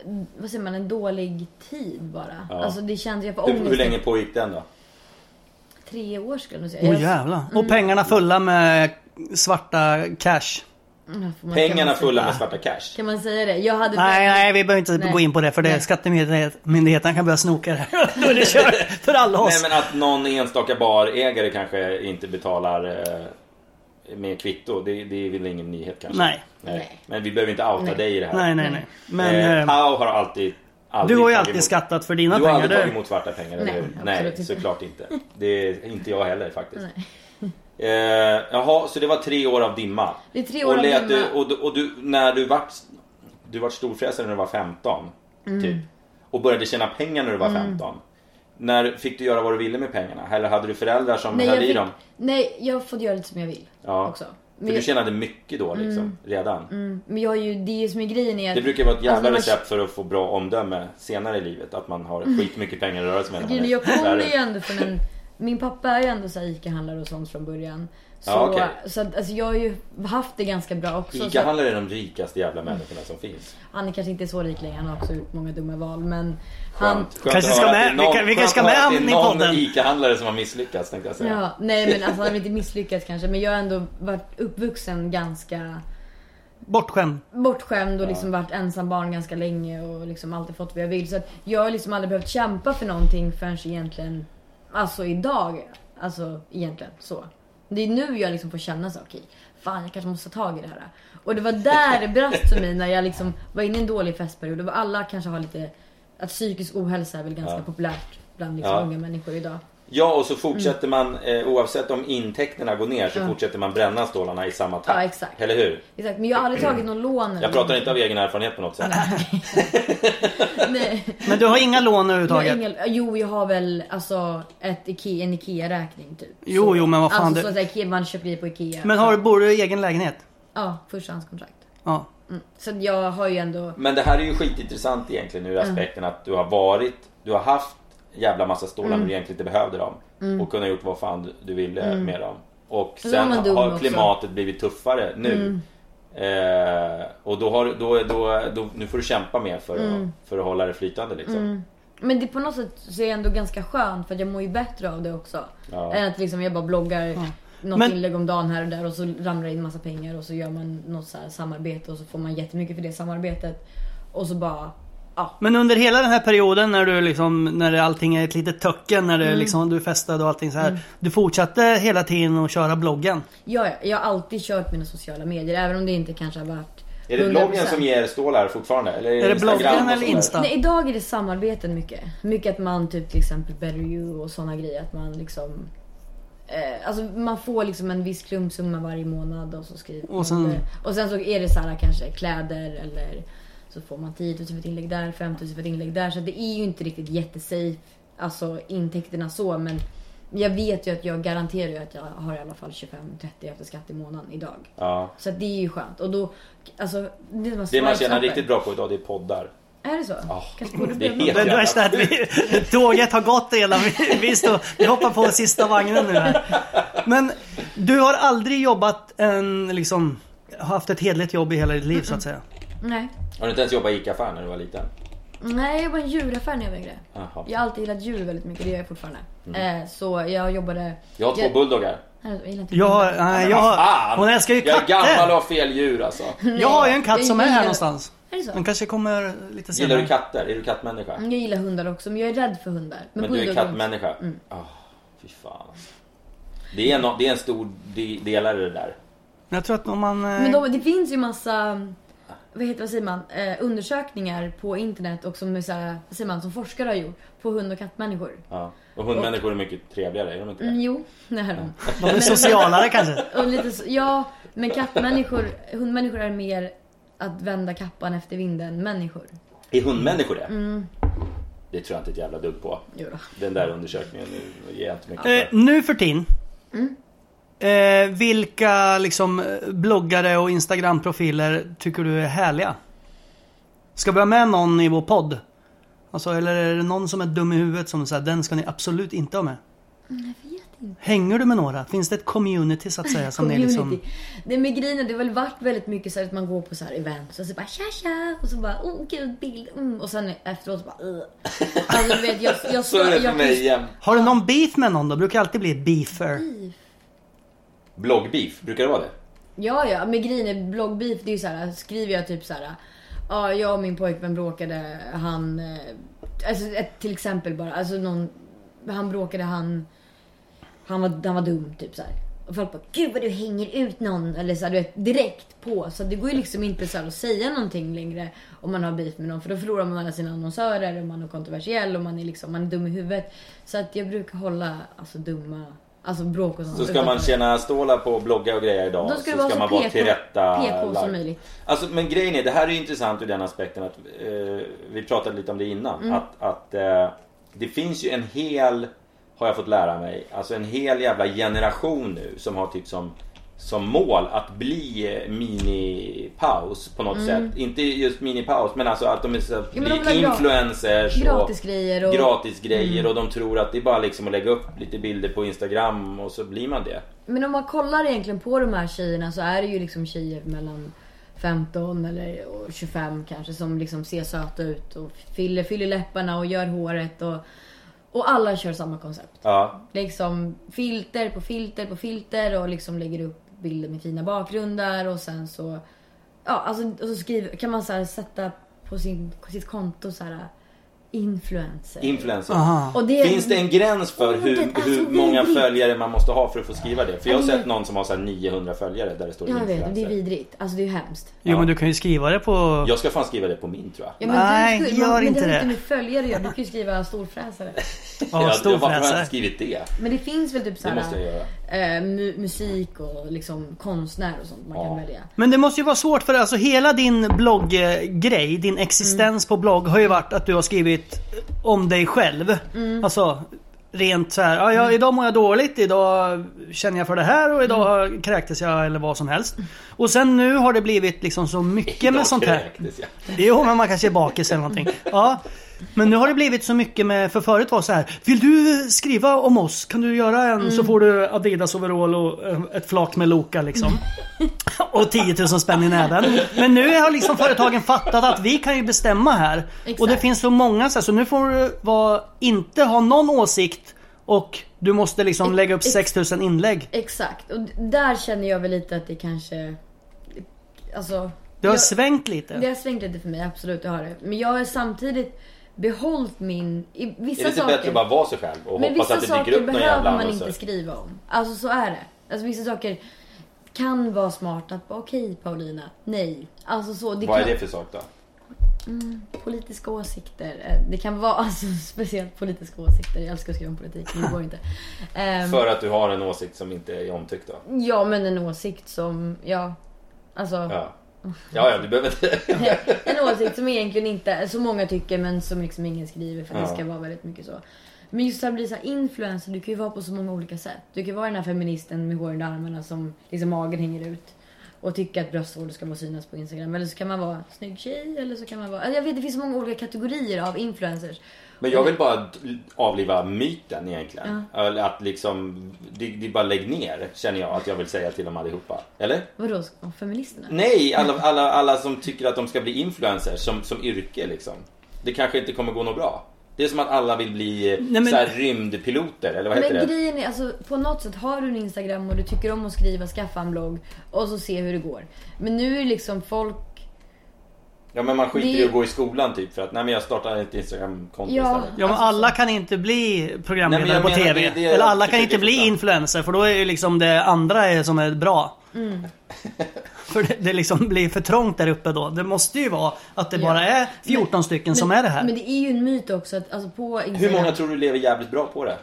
[SPEAKER 5] eh, vad säger man, en dålig tid bara.
[SPEAKER 4] Ja.
[SPEAKER 5] Alltså det kändes, jag får
[SPEAKER 4] Hur,
[SPEAKER 5] ångest.
[SPEAKER 4] hur länge pågick den då?
[SPEAKER 5] Tre år skulle jag nog säga. Jag-
[SPEAKER 1] Åh jävlar. Och pengarna fulla med svarta cash.
[SPEAKER 5] Får man- kan
[SPEAKER 4] Pengarna
[SPEAKER 5] man säga-
[SPEAKER 4] fulla med svarta cash.
[SPEAKER 5] Kan man säga det? Jag hade...
[SPEAKER 1] Nej, nej, vi behöver inte
[SPEAKER 5] Nej.
[SPEAKER 1] gå in på det för det
[SPEAKER 5] Nej.
[SPEAKER 1] skattemyndigheten kan börja snoka det här. (laughs) Då är det kört för alla
[SPEAKER 4] Nej
[SPEAKER 1] oss.
[SPEAKER 4] men att någon enstaka barägare kanske inte betalar eh, med kvitto, det, det är väl ingen nyhet kanske?
[SPEAKER 1] Nej.
[SPEAKER 4] Nej. Men vi behöver inte outa dig i det här.
[SPEAKER 1] Nej, nej, nej. Men
[SPEAKER 4] eh,
[SPEAKER 1] eh,
[SPEAKER 4] Pau har alltid, aldrig
[SPEAKER 1] du har ju
[SPEAKER 4] tagit
[SPEAKER 1] alltid
[SPEAKER 4] emot-
[SPEAKER 1] skattat för dina
[SPEAKER 4] Du har
[SPEAKER 1] pengar.
[SPEAKER 4] aldrig
[SPEAKER 1] Du.
[SPEAKER 4] tagit emot svarta pengar, eller
[SPEAKER 5] Nej,
[SPEAKER 4] hur?
[SPEAKER 5] absolut
[SPEAKER 4] Nej,
[SPEAKER 5] inte.
[SPEAKER 4] såklart inte. Det är inte jag heller faktiskt. Eh, jaha, så det var tre år av dimma.
[SPEAKER 5] Det är tre år
[SPEAKER 4] och
[SPEAKER 5] av
[SPEAKER 4] lät Du,
[SPEAKER 5] dimma.
[SPEAKER 4] och, du- och du, när du vart, du vart storfräsare när du var 15,
[SPEAKER 5] Mm.
[SPEAKER 4] typ. Och började tjäna pengar när du var 15. När fick du göra vad du ville med pengarna? Eller hade du föräldrar som
[SPEAKER 5] Nej,
[SPEAKER 4] höll
[SPEAKER 5] jag
[SPEAKER 4] i dem?
[SPEAKER 5] fick... Nej, jag får göra lite som jag vill.
[SPEAKER 4] Ja.
[SPEAKER 5] Också.
[SPEAKER 4] För
[SPEAKER 5] Men,
[SPEAKER 4] du
[SPEAKER 5] jag...
[SPEAKER 4] tjänade mycket då liksom,
[SPEAKER 5] Mm.
[SPEAKER 4] redan.
[SPEAKER 5] men jag har ju... Det är ju som är grejen är att...
[SPEAKER 4] Det brukar vara ett jävla
[SPEAKER 5] Alltså, när man-
[SPEAKER 4] recept för att få bra omdöme senare i livet. Att man har skitmycket pengar att röra sig med. när man
[SPEAKER 5] Grejen är,
[SPEAKER 4] är
[SPEAKER 5] Mm. jag kommer
[SPEAKER 4] lärare.
[SPEAKER 5] ju ändå från en... Min pappa är ju ändå så här ICA-handlare och sånt från början. Så,
[SPEAKER 4] Ja, okej.
[SPEAKER 5] så att, alltså, jag har ju haft det ganska bra också. så att-
[SPEAKER 4] ICA-handlare är de rikaste jävla människorna som finns.
[SPEAKER 5] Han är kanske inte så rik längre, han har också gjort många dumma val. Men han...
[SPEAKER 4] Skönt. Skönt
[SPEAKER 1] Kanske
[SPEAKER 4] att
[SPEAKER 1] ska
[SPEAKER 4] höra
[SPEAKER 1] med-
[SPEAKER 4] att det är någon-
[SPEAKER 1] vi kan- vi
[SPEAKER 4] skönt
[SPEAKER 1] ska
[SPEAKER 4] att
[SPEAKER 1] med
[SPEAKER 4] höra att det är
[SPEAKER 1] Ann i
[SPEAKER 4] någon
[SPEAKER 1] podden.
[SPEAKER 4] ICA-handlare som har misslyckats tänkte jag säga.
[SPEAKER 5] Ja, nej men alltså han har väl inte misslyckats kanske. Men jag har ändå varit uppvuxen ganska
[SPEAKER 1] Bortskämd.
[SPEAKER 5] bortskämd och liksom varit ensam barn ganska länge och liksom alltid fått vad jag vill. Så att jag har liksom aldrig behövt kämpa för någonting förrän egentligen, alltså idag. Alltså egentligen så. Det är nu jag liksom får känna så, okej, fan jag kanske måste ta tag i det här. Och det var där det brast för mig när jag liksom var inne i en dålig festperiod. Och alla kanske har lite, att psykisk ohälsa är väl ganska populärt bland liksom
[SPEAKER 4] Ja.
[SPEAKER 5] unga människor idag.
[SPEAKER 4] Ja, och så fortsätter man, eh, oavsett om intäkterna går ner, så fortsätter man bränna stålarna i samma takt.
[SPEAKER 5] Ja, exakt.
[SPEAKER 4] Eller hur?
[SPEAKER 5] Exakt, men jag har aldrig tagit någon lån. eller
[SPEAKER 4] Jag pratar inte av egen erfarenhet på något sätt.
[SPEAKER 5] Nej.
[SPEAKER 1] Men du har inga lån
[SPEAKER 5] Jag
[SPEAKER 1] överhuvudtaget?
[SPEAKER 5] har ingen- jo, jag har väl alltså ett Ikea, en IKEA-räkning typ.
[SPEAKER 1] Jo,
[SPEAKER 5] så,
[SPEAKER 1] jo, men vad fan,
[SPEAKER 5] Alltså
[SPEAKER 1] du-
[SPEAKER 5] så att säga, Ikea, man köper grejer på Ikea.
[SPEAKER 1] Men har, bor du i egen lägenhet?
[SPEAKER 5] Ja, förstahandskontrakt.
[SPEAKER 1] Ja.
[SPEAKER 5] Så att jag har ju ändå...
[SPEAKER 4] Men det här är ju skitintressant egentligen ur aspekten att du har varit, du har haft en jävla massa stålar när du egentligen inte behövde dem. Och kunnat gjort vad fan du- du ville med dem. Och
[SPEAKER 5] då
[SPEAKER 4] sen
[SPEAKER 5] var man dum
[SPEAKER 4] Mm. Alltså, har Mm.
[SPEAKER 5] också.
[SPEAKER 4] klimatet blivit tuffare nu. Eh, och då har, då, då, då, nu får du kämpa mer för, att, för att hålla det flytande liksom.
[SPEAKER 5] Men det på något sätt så är det ändå ganska skönt för att jag mår ju bättre av det också.
[SPEAKER 4] Ja.
[SPEAKER 5] Än att liksom jag bara bloggar något
[SPEAKER 1] Men-
[SPEAKER 5] inlägg om dagen här och där och så ramlar det in massa pengar och så gör man något så här samarbete och så får man jättemycket för det samarbetet. Och så bara... Ja,
[SPEAKER 1] Men under hela den här perioden när du liksom, när allting är ett litet töcken, när du
[SPEAKER 5] Mm.
[SPEAKER 1] liksom, du festade och allting så här. Du fortsatte hela tiden att köra bloggen?
[SPEAKER 5] ja, ja, jag har alltid kört mina sociala medier även om det inte kanske har varit
[SPEAKER 4] Är det bloggen
[SPEAKER 5] 100%.
[SPEAKER 4] som ger stålar fortfarande? Eller är,
[SPEAKER 1] Är det
[SPEAKER 4] Instagram
[SPEAKER 1] bloggen
[SPEAKER 4] och
[SPEAKER 1] eller
[SPEAKER 4] sånt där?
[SPEAKER 1] Insta?
[SPEAKER 5] Nej, idag är det samarbeten mycket. Mycket att man typ till exempel Better You och sådana grejer. Att man liksom... Eh, alltså man får liksom en viss klumpsumma varje månad och så skriver man
[SPEAKER 1] Och sen-
[SPEAKER 5] det. och sen så är det så här kanske kläder eller så får man 10 000 för ett inlägg där, 5 000 för ett inlägg där. Så det är ju inte riktigt jättesafe, alltså intäkterna så. Men jag vet ju att jag garanterar ju att jag har i alla fall 25-30 efter skatt i månaden idag.
[SPEAKER 4] Ja.
[SPEAKER 5] Så att det är ju skönt. Och då, alltså... Det, är
[SPEAKER 4] Det man tjänar
[SPEAKER 5] swipe-knappen.
[SPEAKER 4] riktigt bra på idag det är poddar.
[SPEAKER 5] Är det så? Kanske borde
[SPEAKER 4] (laughs) Det är
[SPEAKER 5] bli
[SPEAKER 4] helt
[SPEAKER 1] Det
[SPEAKER 4] jävla
[SPEAKER 1] värsta är att
[SPEAKER 5] (laughs)
[SPEAKER 1] vi, tåget har gått redan. Vi, vi, står, vi hoppar på sista vagnen nu här. Men du har aldrig jobbat en, liksom, haft ett hederligt jobb i hela ditt liv så att säga?
[SPEAKER 5] Nej.
[SPEAKER 4] Har du inte ens jobbat i ICA-affär när du var liten?
[SPEAKER 5] Nej, jag var i en djuraffär när jag var yngre.
[SPEAKER 4] Jaha.
[SPEAKER 5] Jag har alltid gillat djur väldigt mycket, det gör jag fortfarande. Eh, så jag jobbade...
[SPEAKER 4] Mm. Jag har två
[SPEAKER 5] jag,
[SPEAKER 4] bulldoggar.
[SPEAKER 5] Nej, jag gillar inte
[SPEAKER 1] Jag har,
[SPEAKER 5] hundar.
[SPEAKER 1] nej, jag har,
[SPEAKER 4] Fan!
[SPEAKER 1] hon älskar ju
[SPEAKER 4] jag är gammal och
[SPEAKER 1] katter.
[SPEAKER 4] har fel djur alltså.
[SPEAKER 1] Jag har ju en katt
[SPEAKER 5] Mm. Jag
[SPEAKER 1] som är här
[SPEAKER 5] gillar-
[SPEAKER 1] någonstans.
[SPEAKER 5] Är det så?
[SPEAKER 1] Den kanske kommer lite
[SPEAKER 4] Gillar
[SPEAKER 1] senare.
[SPEAKER 4] du katter? Är du kattmänniska?
[SPEAKER 5] Jag gillar hundar också, men Mm, jag är rädd för hundar.
[SPEAKER 4] Men du är
[SPEAKER 5] bulldoggar
[SPEAKER 4] kattmänniska? Mm. fy fan. alltså. Det är, no, det är en stor de- del av det där.
[SPEAKER 1] Men jag tror att om man... eh,
[SPEAKER 5] Men de, det finns ju massa vad, heter, vad säger man, eh, undersökningar på internet och som, är så här, vad säger man, som forskare har gjort på hund och kattmänniskor.
[SPEAKER 4] Ja. Och hundmänniskor är mycket trevligare, är de inte
[SPEAKER 5] Mm,
[SPEAKER 4] det?
[SPEAKER 5] jo, det är de.
[SPEAKER 1] De är socialare
[SPEAKER 5] (laughs)
[SPEAKER 1] kanske.
[SPEAKER 5] Och lite så, ja, men kattmänniskor, hundmänniskor är mer att vända kappan efter vinden människor.
[SPEAKER 4] Är hundmänniskor det?
[SPEAKER 5] Mm.
[SPEAKER 4] Det tror jag inte ett jävla dugg på.
[SPEAKER 5] Jo då.
[SPEAKER 4] Den där undersökningen nu ger jag inte mycket
[SPEAKER 1] Eh,
[SPEAKER 4] för.
[SPEAKER 1] nu för tiden.
[SPEAKER 5] Mm.
[SPEAKER 1] Eh, vilka liksom eh, bloggare och Instagram-profiler tycker du är härliga? Ska vi ha med någon i vår podd? Alltså, eller är det någon som är dum i huvudet som säger den ska ni absolut inte ha med? Hänger du med några? Finns det ett community så att säga? Som ni liksom...
[SPEAKER 5] Community. Nej men grejen är, det har väl varit väldigt mycket så här att man går på så här events och så bara tja tja och så bara oh gud bild mm. och sen efteråt så bara Ugh. Alltså du vet jag, jag,
[SPEAKER 4] Så är det för
[SPEAKER 5] jag,
[SPEAKER 4] mig igen.
[SPEAKER 1] Har du någon beef med någon då? Brukar alltid bli beefer.
[SPEAKER 4] Bloggbeef, brukar det vara det?
[SPEAKER 5] Ja, ja, men grejen är bloggbeef, det är ju så här, skriver jag typ så här. Ja, jag och min pojkvän bråkade, han... eh, Alltså ett, till exempel bara, alltså någon... Han bråkade, han... Han var, han var dum, typ så här. Och folk bara, gud vad du hänger ut någon. Eller så här, du vet, direkt på. Så det går ju liksom inte så här att säga någonting längre om man har beef med någon. För då förlorar man alla sina annonsörer och man är kontroversiell och man är liksom, man är dum i huvudet. Så att jag brukar hålla, alltså dumma, alltså bråk och sånt.
[SPEAKER 4] Så ska man
[SPEAKER 5] utanför.
[SPEAKER 4] tjäna stålar på att blogga och grejer idag
[SPEAKER 5] Då ska det
[SPEAKER 4] så
[SPEAKER 5] vara så
[SPEAKER 4] ska man vara
[SPEAKER 5] PK
[SPEAKER 4] till rätta
[SPEAKER 5] PK som
[SPEAKER 4] lagd.
[SPEAKER 5] möjligt.
[SPEAKER 4] Alltså, men grejen är, det här är ju intressant ur den aspekten att eh, vi pratade lite om det innan.
[SPEAKER 5] Mm.
[SPEAKER 4] Att, att eh, det finns ju en hel, har jag fått lära mig, alltså en hel jävla generation nu som har typ som som mål att bli eh, mini-paus på något sätt. Inte just mini-paus men alltså att de är så,
[SPEAKER 5] Mm. de
[SPEAKER 4] blir
[SPEAKER 5] vill ha gra-
[SPEAKER 4] influencers. och-
[SPEAKER 5] Gratisgrejer och- Mm.
[SPEAKER 4] gratisgrejer och de tror att det är bara liksom att lägga upp lite bilder på Instagram och så blir man det.
[SPEAKER 5] Men om man kollar egentligen på de här tjejerna så är det ju liksom tjejer mellan 15 eller och 25 kanske som liksom ser söta ut och fyller, fyller läpparna och gör håret och, och alla kör samma koncept.
[SPEAKER 4] Ja.
[SPEAKER 5] Liksom filter på filter på filter och liksom lägger upp bilder med fina bakgrunder och sen så Ja, alltså och så skriver, kan man så här sätta på sin, sitt konto så här influencer.
[SPEAKER 4] Influencer.
[SPEAKER 5] och det,
[SPEAKER 4] Finns det en gräns för
[SPEAKER 5] Åh,
[SPEAKER 4] hur,
[SPEAKER 5] alltså, det är så
[SPEAKER 4] hur många
[SPEAKER 5] vidrigt.
[SPEAKER 4] följare man måste ha för att få skriva det? För jag har
[SPEAKER 5] Ja, det-
[SPEAKER 4] sett någon som har så här 900 följare där det står
[SPEAKER 5] Jag vet, och det är
[SPEAKER 4] influencer.
[SPEAKER 5] vidrigt. Alltså det är ju hemskt.
[SPEAKER 1] Jo men du kan ju skriva det på...
[SPEAKER 4] Jag ska fan skriva det på min tror jag.
[SPEAKER 5] Ja, men
[SPEAKER 1] Nej,
[SPEAKER 5] du
[SPEAKER 1] gör
[SPEAKER 5] men
[SPEAKER 1] inte
[SPEAKER 5] det. har
[SPEAKER 1] det.
[SPEAKER 5] inte med följare att göra. Du kan ju skriva storfräsare.
[SPEAKER 1] Ja,
[SPEAKER 4] jag, jag, varför har jag
[SPEAKER 1] storfräsare.
[SPEAKER 4] inte skrivit det?
[SPEAKER 5] Men det finns väl typ
[SPEAKER 4] Det måste jag
[SPEAKER 5] såhär
[SPEAKER 4] göra.
[SPEAKER 5] eh, mu- musik och liksom konstnär och sånt man kan välja.
[SPEAKER 1] Men det måste ju vara svårt för alltså hela din blogggrej, din existens på blogg har ju varit att du har skrivit om dig själv.
[SPEAKER 4] Mm.
[SPEAKER 1] Alltså rent så här, ja, jag, idag mår jag dåligt, idag känner jag för det här och idag
[SPEAKER 4] Mm.
[SPEAKER 1] kräktes jag eller vad som helst. Och sen nu har det blivit liksom så mycket med
[SPEAKER 4] Idag
[SPEAKER 1] sånt här.
[SPEAKER 4] kräktes jag.
[SPEAKER 1] Jo, men man kanske är bakis eller någonting. Ja. Men nu har det blivit så mycket med, för förut var det så här. Vill du skriva om oss? Kan du göra en
[SPEAKER 5] Mm.
[SPEAKER 1] så får du Adidas overall och eh, ett flak med
[SPEAKER 5] (laughs)
[SPEAKER 1] Loka liksom. Och 10 000 spänn i näven. Men nu har liksom företagen fattat att vi kan ju bestämma här. Och det
[SPEAKER 5] Exakt.
[SPEAKER 1] finns så många så här, så nu får du vara, inte ha någon åsikt och du måste liksom lägga upp
[SPEAKER 5] Ex-
[SPEAKER 1] 6 000 inlägg.
[SPEAKER 5] Exakt. Och d- där känner jag väl lite att det kanske... Alltså...
[SPEAKER 1] Det har
[SPEAKER 5] jag-
[SPEAKER 1] svängt
[SPEAKER 5] Det
[SPEAKER 1] lite.
[SPEAKER 5] har svängt lite för mig, absolut. Det har det. Men jag har samtidigt behållit min... I vissa
[SPEAKER 4] Är det inte
[SPEAKER 5] saker...
[SPEAKER 4] bättre att bara vara sig själv och
[SPEAKER 5] Men
[SPEAKER 4] hoppas
[SPEAKER 5] vissa
[SPEAKER 4] att det dyker
[SPEAKER 5] saker
[SPEAKER 4] upp någon jävla
[SPEAKER 5] behöver man
[SPEAKER 4] annonsör?
[SPEAKER 5] inte skriva om. Alltså så är det. Alltså vissa saker kan vara smart att bara okej Paulina, nej. Alltså så. Det
[SPEAKER 4] Vad är
[SPEAKER 5] kan,
[SPEAKER 4] det för sak då?
[SPEAKER 5] Mm. Politiska åsikter. eh, Det kan vara (laughs) alltså, speciellt politiska åsikter. Jag älskar att skriva om politik men det går inte. Ehm,
[SPEAKER 4] För att du har en åsikt som inte är omtyckt då?
[SPEAKER 5] Ja men en åsikt som, ja. Alltså
[SPEAKER 4] Ja. Ja, ja, du behöver inte...
[SPEAKER 5] (laughs) en åsikt som egentligen inte, så många tycker men som liksom ingen skriver för att det ska vara väldigt mycket så. Men just att bli så här influencer, du kan ju vara på så många olika sätt. Du kan vara den här feministen med hår under armarna som liksom magen hänger ut. Och tycka att bröstvårtor ska vara synas på Instagram. Eller så kan man vara en snygg tjej eller så kan man vara... Alltså, Jag vet det finns så många olika kategorier av influencers.
[SPEAKER 4] Men jag vill bara d- avliva myten egentligen. Eller Att liksom, det, det är bara lägg ner känner jag att jag vill säga till dem allihopa. Eller?
[SPEAKER 5] Vadå, om feministerna?
[SPEAKER 4] Nej, alla, alla, alla som tycker att de ska bli influencers som, som yrke liksom. Det kanske inte kommer gå något bra. Det är som att alla vill bli
[SPEAKER 1] men-
[SPEAKER 4] så här, rymdpiloter eller vad heter
[SPEAKER 5] Men
[SPEAKER 4] det?
[SPEAKER 5] grejen är, alltså, på något sätt har du en Instagram och du tycker om att skriva, skaffa en blogg och så se hur det går. Men nu är det liksom folk...
[SPEAKER 4] Ja men man skiter i
[SPEAKER 5] det-
[SPEAKER 4] att gå i skolan typ för att nej men jag startar ett Instagramkonto
[SPEAKER 5] Ja.
[SPEAKER 4] istället.
[SPEAKER 1] Ja men
[SPEAKER 5] Alltså,
[SPEAKER 1] alla kan inte bli programledare
[SPEAKER 4] Nej, men
[SPEAKER 1] på
[SPEAKER 4] jag menar,
[SPEAKER 1] TV.
[SPEAKER 4] det är det jag
[SPEAKER 1] Eller alla kan
[SPEAKER 4] försöker
[SPEAKER 1] inte bli
[SPEAKER 4] lyfta.
[SPEAKER 1] influencer för då är ju liksom det andra är som är bra.
[SPEAKER 5] Mm.
[SPEAKER 1] (laughs) för det, det liksom blir för trångt där uppe då. Det måste ju vara att det bara är 14 stycken som är det här.
[SPEAKER 5] Men det är ju en myt också att alltså, på Instagram...
[SPEAKER 4] Hur många tror du lever jävligt bra på det?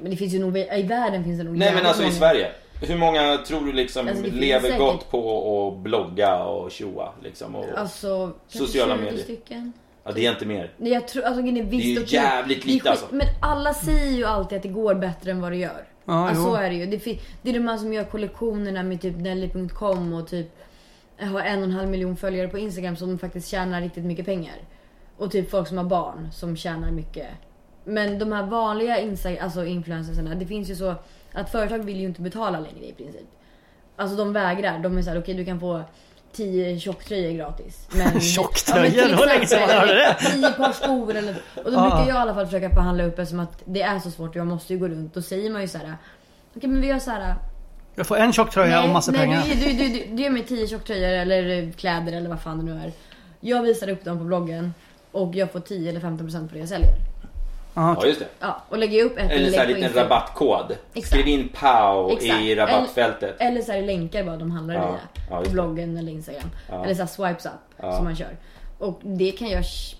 [SPEAKER 5] Men det finns ju nog... I världen finns det nog
[SPEAKER 4] Nej men
[SPEAKER 5] jävligt
[SPEAKER 4] alltså i
[SPEAKER 5] många.
[SPEAKER 4] Sverige. Hur många tror du liksom
[SPEAKER 5] Alltså, det finns
[SPEAKER 4] lever
[SPEAKER 5] säkert-
[SPEAKER 4] gott på att blogga och tjoa liksom? Och...
[SPEAKER 5] Alltså, kanske
[SPEAKER 4] Sociala
[SPEAKER 5] 20
[SPEAKER 4] medier.
[SPEAKER 5] Stycken.
[SPEAKER 4] Ja, det är inte mer.
[SPEAKER 5] Nej, Jag tror, alltså, det, är visst
[SPEAKER 4] Det är ju
[SPEAKER 5] och klart.
[SPEAKER 4] jävligt
[SPEAKER 5] Det är
[SPEAKER 4] lite,
[SPEAKER 5] skit-
[SPEAKER 4] alltså.
[SPEAKER 5] Men alla säger ju alltid att det går bättre än vad det gör.
[SPEAKER 1] Ja,
[SPEAKER 5] alltså,
[SPEAKER 1] jo.
[SPEAKER 5] så är det ju. Det, fin- det är de här som gör kollektionerna med typ Nelly.com och typ har en och en halv miljon följare på Instagram som faktiskt tjänar riktigt mycket pengar. Och typ folk som har barn som tjänar mycket. Men de här vanliga Insta- alltså influencersarna, det finns ju så att företag vill ju inte betala längre i princip. Alltså de vägrar. De är såhär, okej du kan få 10 tjocktröjor gratis.
[SPEAKER 1] (laughs)
[SPEAKER 5] Men,
[SPEAKER 1] Tjocktröjor?
[SPEAKER 5] Ja, men till
[SPEAKER 1] Hur länge sedan
[SPEAKER 5] exempel,
[SPEAKER 1] hörde du det? Ah.
[SPEAKER 5] 10 par skor eller Och då brukar jag i alla fall försöka förhandla upp eftersom att det är så svårt och jag måste ju gå runt. Då säger man ju såhär, okej men vi gör såhär
[SPEAKER 1] Jag får en tjock tröja och massa
[SPEAKER 5] nej,
[SPEAKER 1] pengar.
[SPEAKER 5] Du, du, du, du ger mig tio tjocktröjor eller kläder eller vad fan det nu är. Jag visar upp dem på bloggen och jag får 10 eller 15% på det jag säljer.
[SPEAKER 1] Jaha,
[SPEAKER 4] Ja, just det.
[SPEAKER 5] Ja, och lägger jag upp ett
[SPEAKER 4] Eller så här
[SPEAKER 5] inlägg på
[SPEAKER 4] liten
[SPEAKER 5] Instagram.
[SPEAKER 4] rabattkod.
[SPEAKER 5] Exakt.
[SPEAKER 4] Skriv in POW
[SPEAKER 5] Exakt.
[SPEAKER 4] i rabattfältet.
[SPEAKER 5] Eller, eller så här länkar vad de handlar
[SPEAKER 4] Ja,
[SPEAKER 5] via.
[SPEAKER 4] ja, just
[SPEAKER 5] på
[SPEAKER 4] det.
[SPEAKER 5] bloggen eller Instagram. Eller så här swipes up som man kör. Och det kan jag... sh-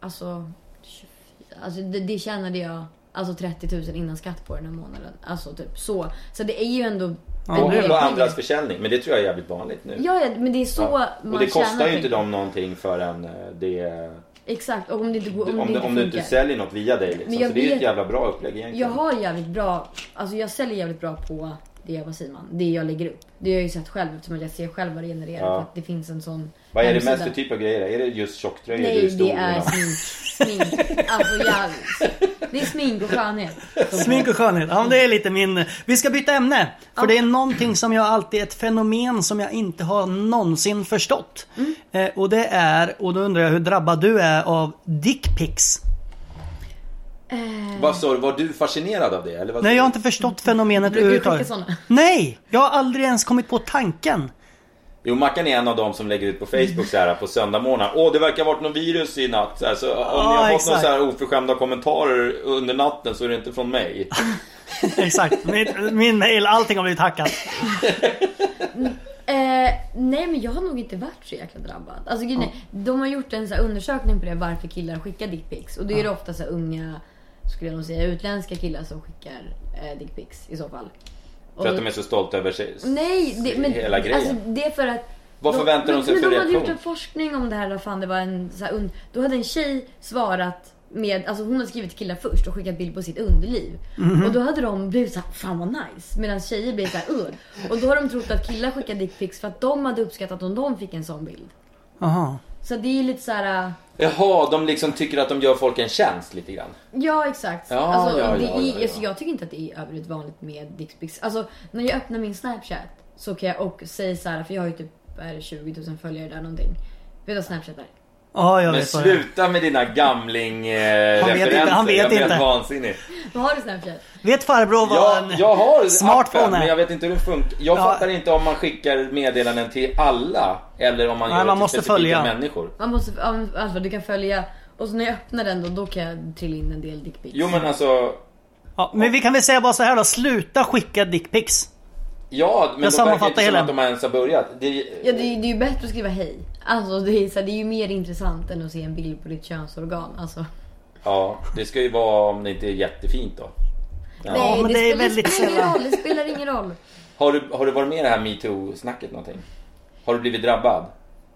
[SPEAKER 5] Alltså... 24, alltså det, det tjänade jag alltså 30 000 innan skatt på den här månaden. Alltså typ så. Så det är ju ändå...
[SPEAKER 4] Och
[SPEAKER 5] en
[SPEAKER 4] på
[SPEAKER 5] ökning.
[SPEAKER 4] andras försäljning. Men det tror jag är jävligt vanligt nu.
[SPEAKER 5] Ja, ja, men det är så
[SPEAKER 4] Ja.
[SPEAKER 5] man
[SPEAKER 4] Och det
[SPEAKER 5] tjänar
[SPEAKER 4] kostar ju inte
[SPEAKER 5] pengar.
[SPEAKER 4] dem någonting förrän eh, det...
[SPEAKER 5] Exakt, och om det inte, går- om
[SPEAKER 4] Om,
[SPEAKER 5] det
[SPEAKER 4] du-
[SPEAKER 5] inte
[SPEAKER 4] om du
[SPEAKER 5] funkar.
[SPEAKER 4] inte säljer något via dig liksom.
[SPEAKER 5] Men jag
[SPEAKER 4] Så det är ju ett
[SPEAKER 5] vet-
[SPEAKER 4] jävla bra upplägg
[SPEAKER 5] Jag
[SPEAKER 4] egentligen.
[SPEAKER 5] har jävligt bra, alltså jag säljer jävligt bra på det, vad säger man, det jag lägger upp. Det har jag ju sett själv eftersom jag ser själv vad det genererar
[SPEAKER 4] Ja.
[SPEAKER 5] för att det finns en sån
[SPEAKER 4] Vad är det
[SPEAKER 5] hemsida.
[SPEAKER 4] mest för typ av grejer? Är det just tjocktröjor du
[SPEAKER 5] Nej
[SPEAKER 4] är stor
[SPEAKER 5] det är
[SPEAKER 4] inom?
[SPEAKER 5] smink, smink. Alltså jävligt. Det är smink och skönhet.
[SPEAKER 1] Smink och skönhet, ja men det är lite min... Vi ska byta ämne. För det är någonting som jag alltid, ett fenomen som jag inte har någonsin förstått.
[SPEAKER 5] Mm.
[SPEAKER 1] Eh, och det är, och då undrar jag hur drabbad du är av dickpics.
[SPEAKER 4] Vad sa du? Var du fascinerad av det? Eller vad sa
[SPEAKER 1] Nej
[SPEAKER 4] du?
[SPEAKER 1] jag har inte förstått fenomenet
[SPEAKER 5] Brukar du skicka
[SPEAKER 1] överhuvudtaget.
[SPEAKER 5] såna?
[SPEAKER 1] Nej! Jag har aldrig ens kommit på tanken.
[SPEAKER 4] Jo, Mackan är en av dem som lägger ut på Facebook så här på söndagmorgnar. Åh, det verkar ha varit något virus i natt. Så här, så om ni har fått några
[SPEAKER 1] exakt.
[SPEAKER 4] så här oförskämda kommentarer under natten så är det inte från mig.
[SPEAKER 1] Exakt, min, min mail, allting har blivit hackat.
[SPEAKER 5] Eh, nej men jag har nog inte varit så jäkla drabbad. Alltså grejen är, de har gjort en så här undersökning på det varför killar skickar dickpics. Och då är det ofta så här unga, skulle jag nog säga, utländska killar som skickar eh, dickpics i så fall.
[SPEAKER 4] För att de är så stolta över sig.
[SPEAKER 5] Nej, det, men,
[SPEAKER 4] hela grejen.
[SPEAKER 5] Alltså, det är för att...
[SPEAKER 4] Vad förväntar de
[SPEAKER 5] men-
[SPEAKER 4] sig
[SPEAKER 5] men
[SPEAKER 4] för
[SPEAKER 5] De hade
[SPEAKER 4] reaktion?
[SPEAKER 5] gjort en forskning om det här. Vad fan, det var en, så här, und, då hade en tjej svarat med, alltså hon hade skrivit till killar först och skickat bild på sitt underliv. Och då hade de blivit såhär, fan vad nice. Medan tjejer blev såhär, uh. Och då har de trott att killar skickar dickpics för att de hade uppskattat om de fick en sån bild.
[SPEAKER 1] Jaha.
[SPEAKER 5] Så äh, det är lite såhär,
[SPEAKER 4] Jaha, de liksom tycker att de gör folk en tjänst lite grann.
[SPEAKER 5] ja exakt.
[SPEAKER 4] Ja,
[SPEAKER 5] alltså,
[SPEAKER 4] ja,
[SPEAKER 5] det
[SPEAKER 4] ja,
[SPEAKER 5] är,
[SPEAKER 4] ja, ja.
[SPEAKER 5] Alltså, jag tycker inte att det är övrigt vanligt med dickpics. Alltså när jag öppnar min snapchat så kan jag och säger så här, för jag har ju typ är det 20 000 följare där någonting. Vet du vad snapchat är? (laughs)
[SPEAKER 1] Ja, jag
[SPEAKER 4] Men
[SPEAKER 1] vet vad det är.
[SPEAKER 4] sluta med dina gamling-referenser.
[SPEAKER 1] Han vet inte, han vet
[SPEAKER 4] jag blir
[SPEAKER 1] inte.
[SPEAKER 4] helt vansinnig.
[SPEAKER 5] Vad har du snapchat?
[SPEAKER 1] Vet farbror vad
[SPEAKER 4] Jag,
[SPEAKER 1] en
[SPEAKER 4] jag har
[SPEAKER 1] smartphone
[SPEAKER 4] appen,
[SPEAKER 1] är?
[SPEAKER 4] men jag vet inte hur den funkar. Jag
[SPEAKER 1] Ja.
[SPEAKER 4] fattar inte om man skickar meddelanden till alla eller om man
[SPEAKER 1] Nej,
[SPEAKER 4] gör det
[SPEAKER 1] man
[SPEAKER 4] till
[SPEAKER 1] måste
[SPEAKER 4] specifika
[SPEAKER 1] följa.
[SPEAKER 4] människor.
[SPEAKER 5] Man måste, ja, men alltså du kan följa och så när jag öppnar den då, då kan jag trilla in en del dickpics.
[SPEAKER 4] Jo
[SPEAKER 1] Mm.
[SPEAKER 4] men alltså,
[SPEAKER 1] Ja, men vi kan väl säga bara så här då, sluta skicka dickpics.
[SPEAKER 4] ja men
[SPEAKER 1] Jag
[SPEAKER 4] då verkar det
[SPEAKER 1] sammanfattar
[SPEAKER 4] inte som
[SPEAKER 1] hela.
[SPEAKER 4] att de ens har börjat. Det,
[SPEAKER 5] Ja, det, är- det är ju bättre att skriva hej. Alltså det är, så här, det är ju mer intressant än att se en bild på ditt könsorgan. Alltså.
[SPEAKER 4] ja, det ska ju vara om det inte är jättefint då.
[SPEAKER 1] men det är
[SPEAKER 5] spelar,
[SPEAKER 1] väldigt
[SPEAKER 5] spelar ingen
[SPEAKER 1] sällan.
[SPEAKER 5] roll. Det spelar ingen roll.
[SPEAKER 4] Har du, har du varit med i det här metoo-snacket någonting? Har du blivit drabbad?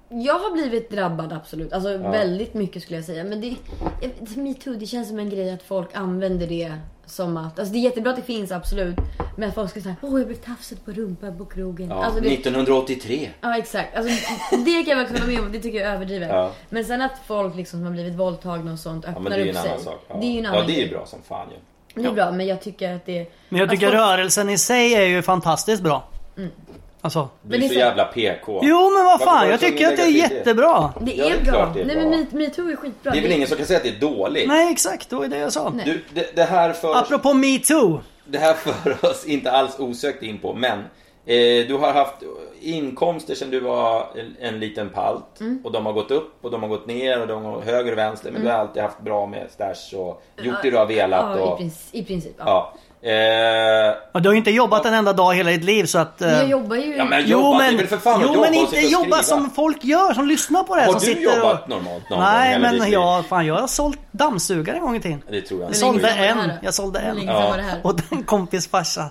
[SPEAKER 5] Jag har blivit drabbad absolut. Alltså väldigt mycket skulle jag säga. Men det, jag- metoo, det känns som en grej att folk använder det som att... Alltså det är jättebra att det finns absolut. Men att folk ska säga åh jag blev tafsad på rumpan på krogen.
[SPEAKER 4] Ja,
[SPEAKER 5] Alltså, det,
[SPEAKER 4] 1983.
[SPEAKER 5] Ja exakt. Alltså, det kan jag verkligen hålla med om. Det tycker jag är överdrivet.
[SPEAKER 4] Ja.
[SPEAKER 5] Men sen att folk liksom som har blivit våldtagna och sånt
[SPEAKER 4] Ja men
[SPEAKER 5] öppnar
[SPEAKER 4] det är ju
[SPEAKER 5] upp
[SPEAKER 4] en
[SPEAKER 5] sig.
[SPEAKER 4] annan sak. Ja.
[SPEAKER 5] Det är ju en
[SPEAKER 4] ja
[SPEAKER 5] annan
[SPEAKER 4] det är ju
[SPEAKER 5] grej.
[SPEAKER 4] bra som fan ju.
[SPEAKER 5] Det är bra men jag tycker att det...
[SPEAKER 1] Men jag tycker
[SPEAKER 5] Alltså- Mm.
[SPEAKER 1] rörelsen i sig är ju fantastiskt bra. Alltså.
[SPEAKER 4] Du
[SPEAKER 5] Men
[SPEAKER 4] är
[SPEAKER 5] det
[SPEAKER 4] så
[SPEAKER 5] är så-
[SPEAKER 4] jävla PK.
[SPEAKER 1] Jo men vad
[SPEAKER 4] Varför var
[SPEAKER 1] fan,
[SPEAKER 4] det
[SPEAKER 1] jag
[SPEAKER 4] så
[SPEAKER 1] tycker att det är
[SPEAKER 4] negativt?
[SPEAKER 1] jättebra.
[SPEAKER 5] Det
[SPEAKER 4] Ja,
[SPEAKER 5] är,
[SPEAKER 4] det är
[SPEAKER 5] bra.
[SPEAKER 4] klart det är
[SPEAKER 5] Nej
[SPEAKER 4] bra.
[SPEAKER 5] men me- metoo är skitbra.
[SPEAKER 4] Det är väl ingen som kan säga att det är dåligt?
[SPEAKER 1] Nej exakt, det var ju det jag sa.
[SPEAKER 4] Du, det, det här för oss
[SPEAKER 1] Apropå metoo.
[SPEAKER 4] Det här för (laughs) oss inte alls osökt in på, men eh, du har haft inkomster sedan du var en, en liten palt
[SPEAKER 5] Mm.
[SPEAKER 4] och de har gått upp och de har gått ner och de har höger och vänster men du har alltid haft bra med stash och gjort det du har velat
[SPEAKER 5] Mm. Ja, i
[SPEAKER 4] och...
[SPEAKER 5] princip. I princip ja.
[SPEAKER 4] Ja. Eh,
[SPEAKER 1] Ja, Du har ju inte jobbat en enda dag i hela ditt liv så att... eh,
[SPEAKER 5] Men jag jobbar ju...
[SPEAKER 4] ja men
[SPEAKER 1] Jo
[SPEAKER 4] jobba, det är
[SPEAKER 1] men,
[SPEAKER 4] väl för fan att
[SPEAKER 1] jo,
[SPEAKER 4] jobba
[SPEAKER 1] men
[SPEAKER 4] och
[SPEAKER 1] inte
[SPEAKER 4] sitta och
[SPEAKER 1] jobba
[SPEAKER 4] skriva.
[SPEAKER 1] som folk gör som lyssnar på det här,
[SPEAKER 4] Har
[SPEAKER 1] som
[SPEAKER 4] du
[SPEAKER 1] sitter
[SPEAKER 4] jobbat
[SPEAKER 1] och...
[SPEAKER 4] normalt någon gång
[SPEAKER 1] Nej
[SPEAKER 4] hela ditt
[SPEAKER 1] men
[SPEAKER 4] liv?
[SPEAKER 1] jag, fan, jag har sålt dammsugare en gång i tiden.
[SPEAKER 4] Det tror jag
[SPEAKER 1] Jag
[SPEAKER 4] inte.
[SPEAKER 5] länge
[SPEAKER 1] sålde
[SPEAKER 5] sedan var det här
[SPEAKER 1] en,
[SPEAKER 5] då?
[SPEAKER 1] jag sålde
[SPEAKER 5] Hur
[SPEAKER 1] en.
[SPEAKER 5] länge sedan var det här?
[SPEAKER 1] Och en kompis farsa.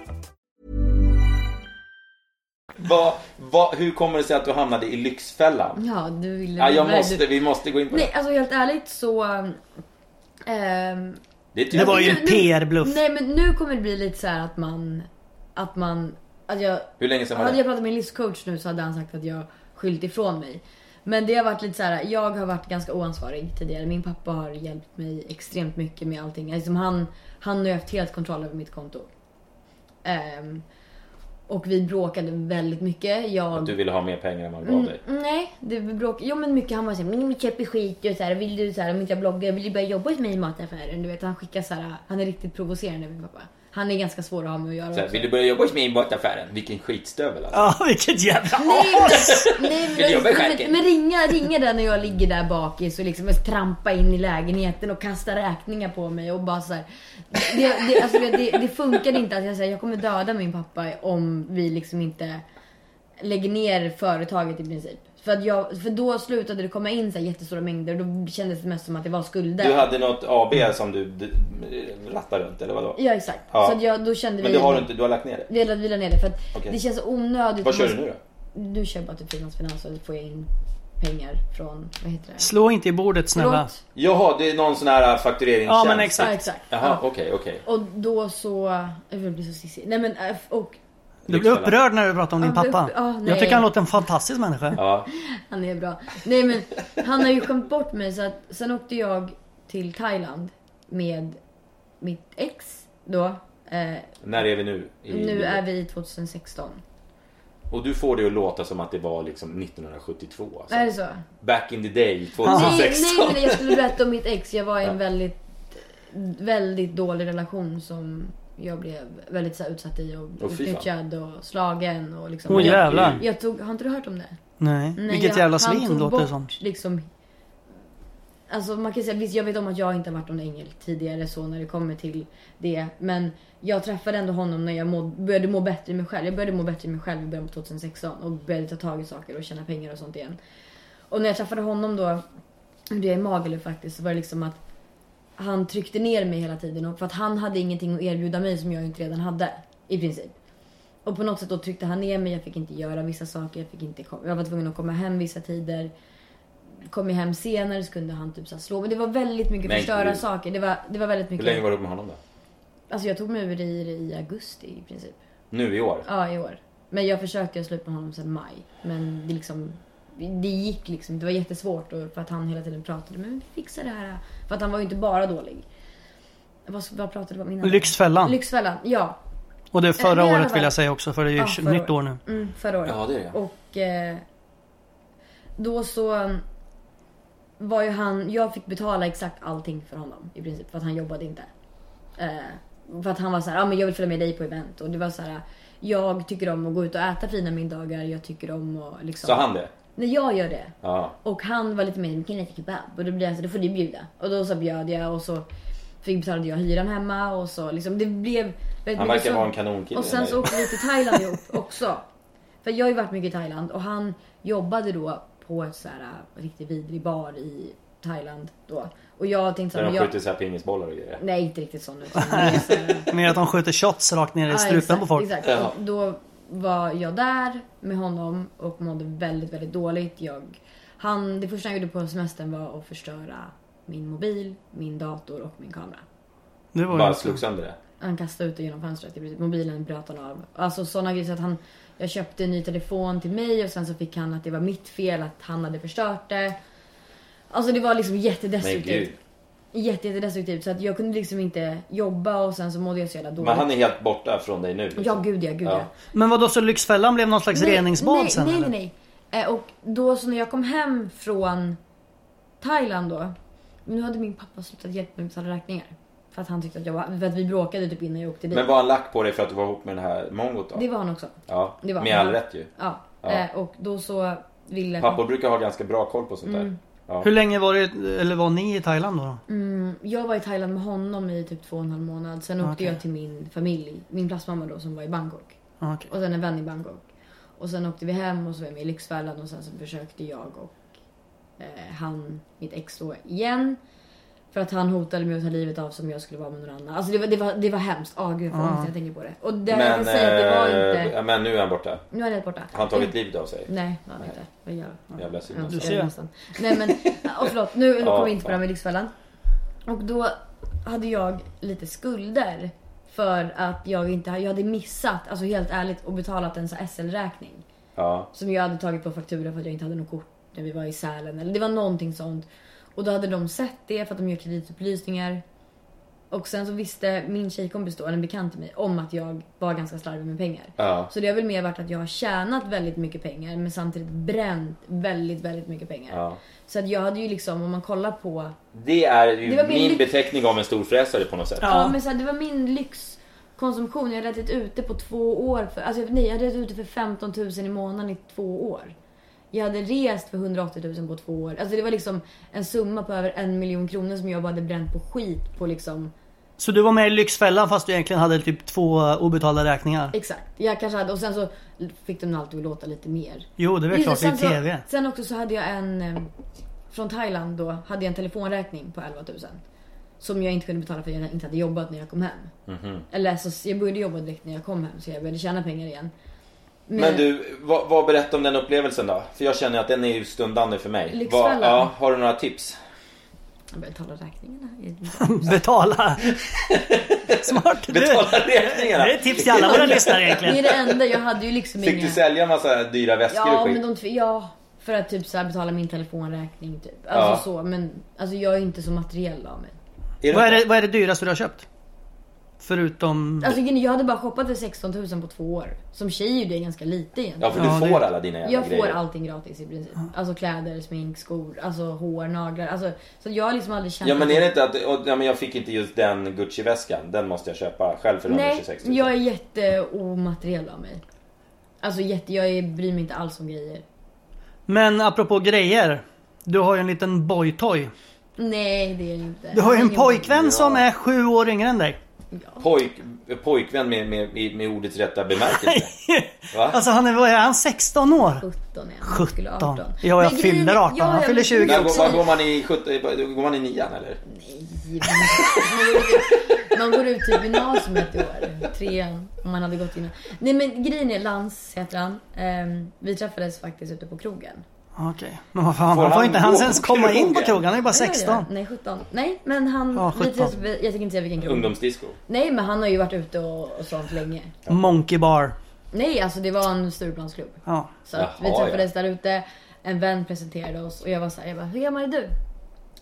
[SPEAKER 4] Vad- vad- hur kommer det sig att du hamnade i Lyxfällan?
[SPEAKER 5] Ja, du ville...
[SPEAKER 4] Ja, jag
[SPEAKER 5] Mm. nej,
[SPEAKER 4] måste,
[SPEAKER 5] du-
[SPEAKER 4] vi måste gå in på
[SPEAKER 5] Nej,
[SPEAKER 4] det.
[SPEAKER 5] alltså helt ärligt så... ehm,
[SPEAKER 4] Det, är typ-
[SPEAKER 1] Det var ju
[SPEAKER 5] Nu-
[SPEAKER 1] en
[SPEAKER 5] nu-
[SPEAKER 1] PR-bluff.
[SPEAKER 5] Nej men nu kommer det bli lite så här att man... Att man... Att jag,
[SPEAKER 4] Hur länge sedan var
[SPEAKER 5] hade
[SPEAKER 4] det?
[SPEAKER 5] jag pratat med min livscoach nu så hade han sagt att jag skylt ifrån mig. Men det har varit lite så här. jag har varit ganska oansvarig tidigare. Min pappa har hjälpt mig extremt mycket med allting. Alltså, han, han har ju haft helt kontroll över mitt konto. Ehm, och vi bråkade väldigt mycket. Jag...
[SPEAKER 4] Du ville ha mer pengar än vad
[SPEAKER 5] Mm.
[SPEAKER 4] du gav dig.
[SPEAKER 5] Nej, det bråk... Jo men mycket han var såhär, men mitt köp är skit och såhär, vill du såhär, om inte jag bloggar, vill du börja jobba hos mig i mataffären? Du vet han skickar såhär, han är riktigt provocerande min pappa. Han är ganska svår att ha med att göra
[SPEAKER 4] Så här,
[SPEAKER 5] också.
[SPEAKER 4] vill du börja jobba hos mig i mataffären? Vilken skitstövel alltså.
[SPEAKER 1] Ja, vilket jävla
[SPEAKER 5] Nej,
[SPEAKER 1] as!
[SPEAKER 5] Nej, men,
[SPEAKER 4] Ska du jobba i
[SPEAKER 5] men,
[SPEAKER 4] skärken?
[SPEAKER 5] men ringa, ringa där när jag ligger där bakis och liksom trampa in i lägenheten och kasta räkningar på mig och bara såhär. Det, det, alltså, det, det, det funkar inte att jag säger jag kommer döda min pappa om vi liksom inte lägger ner företaget i princip. För, att jag, för då slutade det komma in så här jättestora mängder och då kändes det mest som att det var skulder.
[SPEAKER 4] Du hade något AB som du, du rattade runt eller vadå?
[SPEAKER 5] Ja exakt.
[SPEAKER 4] Ja.
[SPEAKER 5] Så att jag, då kände
[SPEAKER 4] Men
[SPEAKER 5] vi
[SPEAKER 4] det har du inte, du har lagt ner det?
[SPEAKER 5] Vi hade att vila ner det för att
[SPEAKER 4] Okej.
[SPEAKER 5] det känns så onödigt.
[SPEAKER 4] Vad kör du nu då?
[SPEAKER 5] Nu kör jag bara typ frilansfinans och får jag in pengar från, vad heter det?
[SPEAKER 1] Slå inte i bordet snälla.
[SPEAKER 5] Förlåt.
[SPEAKER 4] Jaha, det är någon sån här äh, faktureringstjänst?
[SPEAKER 1] Ja, men
[SPEAKER 5] Ja
[SPEAKER 1] exakt.
[SPEAKER 5] exakt.
[SPEAKER 4] Jaha,
[SPEAKER 5] Ja.
[SPEAKER 4] okej, okej.
[SPEAKER 5] Och då så, jag blir så sissig. Nej men eh, och
[SPEAKER 1] Du blir upprörd när du pratar om din
[SPEAKER 5] Ja, upp-
[SPEAKER 1] pappa.
[SPEAKER 5] ja, nej.
[SPEAKER 1] Jag tycker han låter en fantastisk människa.
[SPEAKER 4] Ja,
[SPEAKER 5] han är bra. Nej men han har ju skämt bort mig så att sen åkte jag till Thailand med mitt ex då. Eh,
[SPEAKER 4] när är vi nu? I
[SPEAKER 5] nu
[SPEAKER 4] livet?
[SPEAKER 5] är vi i 2016.
[SPEAKER 4] Och du får det att låta som att det var liksom 1972 alltså.
[SPEAKER 5] Är det så?
[SPEAKER 4] Back in the day,
[SPEAKER 5] Nej,
[SPEAKER 4] 2016.
[SPEAKER 5] nej, nej, jag skulle berätta om mitt ex. Jag var i en väldigt, väldigt dålig relation som jag blev väldigt så här, utsatt i och
[SPEAKER 4] Åh, fy fan.
[SPEAKER 5] utnyttjad och slagen och liksom.
[SPEAKER 1] Åh
[SPEAKER 5] jag,
[SPEAKER 1] jävlar.
[SPEAKER 5] jag tog, har inte du hört om det?
[SPEAKER 1] Nej.
[SPEAKER 5] Nej,
[SPEAKER 1] Vilket
[SPEAKER 5] jag-
[SPEAKER 1] jävla
[SPEAKER 5] han
[SPEAKER 1] svin
[SPEAKER 5] tog
[SPEAKER 1] låter det
[SPEAKER 5] bort,
[SPEAKER 1] som.
[SPEAKER 5] Liksom, alltså man kan säga, visst jag vet om att jag inte har varit någon ängel tidigare så när det kommer till det. Men jag träffade ändå honom när jag må, började må bättre i mig själv. Jag började må bättre i mig själv i början på 2016 och började ta tag i saker och tjäna pengar och sånt igen. Och när jag träffade honom då, det är i Magaluf faktiskt, så var det liksom att han tryckte ner mig hela tiden. Och för att han hade ingenting att erbjuda mig som jag inte redan hade. I princip. Och på något sätt då tryckte han ner mig. Jag fick inte göra vissa saker. Jag, fick inte kom- jag var tvungen att komma hem vissa tider. Kom jag hem senare så kunde han typ så här slå mig. Det var väldigt mycket
[SPEAKER 4] Men
[SPEAKER 5] förstöra
[SPEAKER 4] gud.
[SPEAKER 5] saker. Det var, det var väldigt mycket.
[SPEAKER 4] Hur länge var du ihop med honom då?
[SPEAKER 5] Alltså jag tog mig ur det i, i augusti i princip.
[SPEAKER 4] Nu i år?
[SPEAKER 5] Ja, i år. Men jag försökte göra slut med honom sedan maj. Men det liksom... Det gick liksom. Det var jättesvårt och för att han hela tiden pratade men vi fixar det här. För att han var ju inte bara dålig. Vad, vad pratade vi om innan?
[SPEAKER 1] Lyxfällan.
[SPEAKER 5] Lyxfällan, ja.
[SPEAKER 1] Och det är förra
[SPEAKER 5] Nej, i alla
[SPEAKER 1] året vill
[SPEAKER 5] fall.
[SPEAKER 1] jag säga också för det är ju
[SPEAKER 5] Ja,
[SPEAKER 1] tj-
[SPEAKER 5] förra
[SPEAKER 1] nytt
[SPEAKER 5] året.
[SPEAKER 1] år nu.
[SPEAKER 5] Mm, förra året.
[SPEAKER 4] Ja, det är det.
[SPEAKER 5] Och eh, då så um, var ju han, jag fick betala exakt allting för honom i princip för att han jobbade inte. Eh, för att han var så här, ah, men jag vill följa med dig på event och det var så här, jag tycker om att gå ut och äta fina middagar, jag tycker om att liksom.
[SPEAKER 4] Sa han det?
[SPEAKER 5] Nej jag gör det.
[SPEAKER 4] Ja.
[SPEAKER 5] Och han var lite mer, vi kan äta kebab och då blev jag så då får du bjuda. Och då så bjöd jag och så fick betalade jag hyran hemma och så liksom det blev väldigt mycket
[SPEAKER 4] Han verkar
[SPEAKER 5] så-
[SPEAKER 4] vara en kanonkille,
[SPEAKER 5] Och sen
[SPEAKER 4] den
[SPEAKER 5] så
[SPEAKER 4] där.
[SPEAKER 5] åkte vi till Thailand
[SPEAKER 4] (laughs)
[SPEAKER 5] ihop också. För jag har ju varit mycket i Thailand och han jobbade då på ett så här äh, riktigt vidrig bar i Thailand då. Och jag tänkte
[SPEAKER 4] Där
[SPEAKER 5] såhär,
[SPEAKER 4] de
[SPEAKER 5] men
[SPEAKER 4] skjuter
[SPEAKER 5] jag...
[SPEAKER 4] så här pingisbollar och grejer.
[SPEAKER 5] Nej inte riktigt
[SPEAKER 4] (laughs)
[SPEAKER 5] sån utan mer så här-
[SPEAKER 1] Mer att de skjuter shots rakt ner i
[SPEAKER 5] Ja,
[SPEAKER 1] strupen
[SPEAKER 5] exakt,
[SPEAKER 1] på folk.
[SPEAKER 5] Exakt.
[SPEAKER 4] Ja.
[SPEAKER 5] Och då var jag där med honom och mådde väldigt, väldigt dåligt. Jag, han, det första han gjorde på semestern var att förstöra min mobil, min dator och min kamera.
[SPEAKER 1] Det var ju
[SPEAKER 4] Bara
[SPEAKER 1] också-
[SPEAKER 4] slog sönder det.
[SPEAKER 5] han kastade ut det genom fönstret. i princip. Mobilen bröt han av. Alltså sådana grejer. Så att han, jag köpte en ny telefon till mig och sen så fick han att det var mitt fel att han hade förstört det. Alltså det var liksom jättedestruktivt. Jätte, jättedestruktivt. Så att jag kunde liksom inte jobba och sen så mådde jag så jävla dåligt.
[SPEAKER 4] Men han är helt borta från dig nu. liksom.
[SPEAKER 5] Ja gud ja, gud ja.
[SPEAKER 1] Men vad då så Lyxfällan blev någon slags reningsbad
[SPEAKER 5] nej,
[SPEAKER 1] sen
[SPEAKER 5] Nej,
[SPEAKER 1] eller?
[SPEAKER 5] nej, nej. Eh, Och då så när jag kom hem från Thailand då. Nu hade min pappa slutat hjälpa mig med alla räkningar. För att han tyckte att jag var, för att vi bråkade typ innan jag åkte dit.
[SPEAKER 4] Men var han lack på dig för att du var ihop med den här mongot då?
[SPEAKER 5] Det var han också.
[SPEAKER 4] Ja,
[SPEAKER 5] Det var
[SPEAKER 4] med
[SPEAKER 5] han.
[SPEAKER 4] all rätt ju.
[SPEAKER 5] Ja.
[SPEAKER 4] Ja.
[SPEAKER 5] Eh, Och då så ville...
[SPEAKER 4] Pappor brukar ha ganska bra koll på sånt där.
[SPEAKER 5] Mm.
[SPEAKER 4] Ja.
[SPEAKER 1] Hur länge var det, eller var ni i Thailand då?
[SPEAKER 5] Mm, jag var i Thailand med honom i typ två och en halv månad. Sen åkte
[SPEAKER 1] Okej.
[SPEAKER 5] jag till min familj, min plastmamma då som var i Bangkok.
[SPEAKER 1] Ah, okej.
[SPEAKER 5] Och sen en vän i Bangkok. Och sen åkte vi hem och så var jag med i Lyxfällan och sen så försökte jag och eh, han, mitt ex då, igen. För att han hotade mig att ta livet av som jag skulle vara med någon annan. Alltså det var, det var, det var hemskt. Ah, gud vad
[SPEAKER 4] Ja.
[SPEAKER 5] ångest jag tänker på det. Och det, jag
[SPEAKER 4] men,
[SPEAKER 5] kan säga att det var
[SPEAKER 4] eh,
[SPEAKER 5] inte... Mm.
[SPEAKER 4] ja, men nu är han borta.
[SPEAKER 5] Nu är han helt borta.
[SPEAKER 4] Har han tagit livet av sig?
[SPEAKER 5] Nej, det har han inte. Vad gör
[SPEAKER 4] Jävla synd.
[SPEAKER 5] Jag
[SPEAKER 4] Du
[SPEAKER 5] önskar
[SPEAKER 4] ser.
[SPEAKER 5] det nästan. Nej men, oh, förlåt. Nu
[SPEAKER 4] Ja,
[SPEAKER 5] kommer vi in på det
[SPEAKER 4] ja.
[SPEAKER 5] här med Lyxfällan. Och då hade jag lite skulder. För att jag inte jag hade missat, alltså helt ärligt, och betalat en så här SL-räkning.
[SPEAKER 4] Ja.
[SPEAKER 5] Som jag hade tagit på faktura för att jag inte hade något kort när vi var i Sälen. Eller det var någonting sånt. Och då hade de sett det för att de gör kreditupplysningar. Och sen så visste min tjejkompis då, eller en bekant till mig, om att jag var ganska slarvig med pengar.
[SPEAKER 6] Ja.
[SPEAKER 5] Så det har väl mer varit att jag har tjänat väldigt mycket pengar men samtidigt bränt väldigt, väldigt mycket pengar.
[SPEAKER 4] Ja.
[SPEAKER 5] Så att jag hade ju liksom, om man kollar på...
[SPEAKER 4] Det är ju
[SPEAKER 5] Det var min
[SPEAKER 4] min
[SPEAKER 5] lyx-
[SPEAKER 4] beteckning av en storfräsare på något sätt.
[SPEAKER 5] Ja, men så här, det var min lyxkonsumtion. Jag hade ätit ute på två år. För, alltså, nej, jag hade ätit ute för 15 000 i månaden i två år. Jag hade rest för 180 000 på två år. Alltså det var liksom en summa på över en miljon kronor som jag bara hade bränt på skit på liksom...
[SPEAKER 1] Så du var med i Lyxfällan fast du egentligen hade typ två obetalda räkningar?
[SPEAKER 5] Exakt. Jag kanske hade, och sen så fick de alltid att låta lite mer.
[SPEAKER 1] Jo, det är väl
[SPEAKER 5] Just
[SPEAKER 1] klart. Det är
[SPEAKER 5] sen så-
[SPEAKER 1] TV.
[SPEAKER 5] Sen också så hade jag en... eh, Från Thailand då, hade jag en telefonräkning på 11 000. Som jag inte kunde betala för jag inte hade jobbat när jag kom hem.
[SPEAKER 4] Mhm.
[SPEAKER 5] Eller så, jag började jobba direkt när jag kom hem så jag började tjäna pengar igen.
[SPEAKER 4] Men, du, vad, vad berättar om den upplevelsen då? För jag känner att den är ju stundande för mig.
[SPEAKER 5] Lyxfällan.
[SPEAKER 4] Vad- ja, har du några
[SPEAKER 5] (laughs)
[SPEAKER 4] tips?
[SPEAKER 5] Jag började betala
[SPEAKER 4] (laughs)
[SPEAKER 5] räkningarna.
[SPEAKER 1] (laughs)
[SPEAKER 5] (laughs)
[SPEAKER 1] Betala! Smart du!
[SPEAKER 4] Betala räkningarna!
[SPEAKER 1] Det är ett tips till alla våra lyssnare
[SPEAKER 5] (laughs) Det är
[SPEAKER 1] egentligen.
[SPEAKER 5] det enda, jag hade ju liksom
[SPEAKER 4] Fick
[SPEAKER 5] inga...
[SPEAKER 4] du sälja en massa dyra väskor
[SPEAKER 5] Ja,
[SPEAKER 4] och skit?
[SPEAKER 5] men de tv- ja, för att typ så här betala min telefonräkning typ. Alltså så, men alltså jag är inte så materiell av mig.
[SPEAKER 1] Vad är, det, vad är det dyraste du har köpt? Förutom...
[SPEAKER 5] Alltså grejen är, jag hade bara shoppat för 16 000 på två år. Som tjej är ju det ganska lite egentligen.
[SPEAKER 4] Ja, för du Ja, det- får alla dina jävla
[SPEAKER 5] Jag får
[SPEAKER 4] grejer.
[SPEAKER 5] allting gratis i princip. Alltså kläder, smink, skor, alltså hår, naglar. Alltså, så jag har liksom aldrig känt
[SPEAKER 4] Ja men
[SPEAKER 5] att-
[SPEAKER 4] är det inte att, och, ja, men jag fick inte just den Gucci-väskan, den måste jag köpa själv för
[SPEAKER 5] Nej,
[SPEAKER 4] 126 000.
[SPEAKER 5] jag är jätteomateriell av mig. Alltså jätte, jag är- bryr mig inte alls om grejer.
[SPEAKER 1] Men apropå grejer. Du har ju en liten boytoy.
[SPEAKER 5] Nej, det är det inte.
[SPEAKER 1] Du har ju en
[SPEAKER 5] Ingen-
[SPEAKER 1] pojkvän som är sju år yngre än dig.
[SPEAKER 4] Pojk, pojkvän med, med, med, med ordets rätta bemärkelse. Va?
[SPEAKER 1] (laughs) Alltså han är, vad är han, 16 år?
[SPEAKER 5] 17 är
[SPEAKER 1] han. 17. Ja, jag
[SPEAKER 5] Men grejen är-
[SPEAKER 1] fyller 18.
[SPEAKER 5] ja,
[SPEAKER 1] Han
[SPEAKER 5] jag
[SPEAKER 1] fyller
[SPEAKER 5] vet-
[SPEAKER 1] 20
[SPEAKER 4] När, går,
[SPEAKER 1] också.
[SPEAKER 4] vad går, man i, 70 går man i nian eller?
[SPEAKER 5] Man går ut typ gymnasiet i år. Trean, om man hade gått innan. Nej men grejen är, Lans heter han. Ehm, vi träffades faktiskt ute på krogen.
[SPEAKER 1] Okej. Men vad fan,
[SPEAKER 7] Får
[SPEAKER 1] han får
[SPEAKER 7] han
[SPEAKER 1] inte han
[SPEAKER 7] gå
[SPEAKER 1] ens
[SPEAKER 7] på
[SPEAKER 1] komma in på
[SPEAKER 7] krogen?
[SPEAKER 1] krogen. Han är ju bara
[SPEAKER 5] Ja, ja, ja.
[SPEAKER 1] 16.
[SPEAKER 5] Nej 17. Nej men han,
[SPEAKER 1] Ja,
[SPEAKER 5] vi
[SPEAKER 1] 17.
[SPEAKER 5] träffades, jag tänker inte säga vilken krog.
[SPEAKER 4] Ungdomsdisco.
[SPEAKER 5] Nej men han har ju varit ute och, och sånt länge.
[SPEAKER 1] Monkey bar.
[SPEAKER 5] Nej alltså det var en Stureplansklubb.
[SPEAKER 1] Ja.
[SPEAKER 5] Så att vi
[SPEAKER 1] Jaha, ja.
[SPEAKER 5] träffades där ute, en vän presenterade oss och jag var såhär, jag bara, hur gammal är du?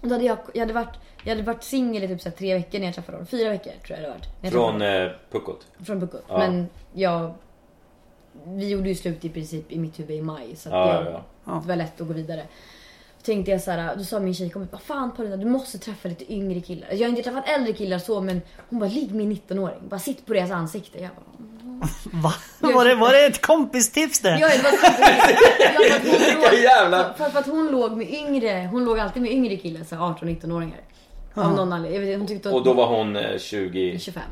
[SPEAKER 5] Och då hade jag, jag hade varit, jag hade varit singel i typ så här tre veckor när jag träffade honom. Fyra veckor tror jag det hade varit. när jag
[SPEAKER 4] Från
[SPEAKER 5] träffade
[SPEAKER 4] eh, Puckot?
[SPEAKER 5] honom. Från Bukut.
[SPEAKER 4] Ja.
[SPEAKER 5] Men jag, vi gjorde ju slut i princip i mitt huvud i maj så att
[SPEAKER 4] Ja,
[SPEAKER 5] jag,
[SPEAKER 4] ja,
[SPEAKER 1] ja.
[SPEAKER 5] det var lätt att gå vidare. Då tänkte jag såhär, då sa min tjejkompis bara fan Paulina du måste träffa lite yngre killar. Jag har inte träffat äldre killar så men hon bara ligg med en 19-åring, bara sitt på deras ansikte. Jag bara,
[SPEAKER 1] (laughs) Var det, var det ett kompistips det?
[SPEAKER 5] Ja, det var
[SPEAKER 4] (laughs)
[SPEAKER 1] Vilka jävla-
[SPEAKER 5] För, för att hon låg med yngre, hon låg alltid med yngre killar, så här 18-19-åringar. Av
[SPEAKER 4] Ja.
[SPEAKER 5] någon anledning. Jag vet, inte, hon tyckte att,
[SPEAKER 4] Och då var hon eh, 20?
[SPEAKER 5] 25.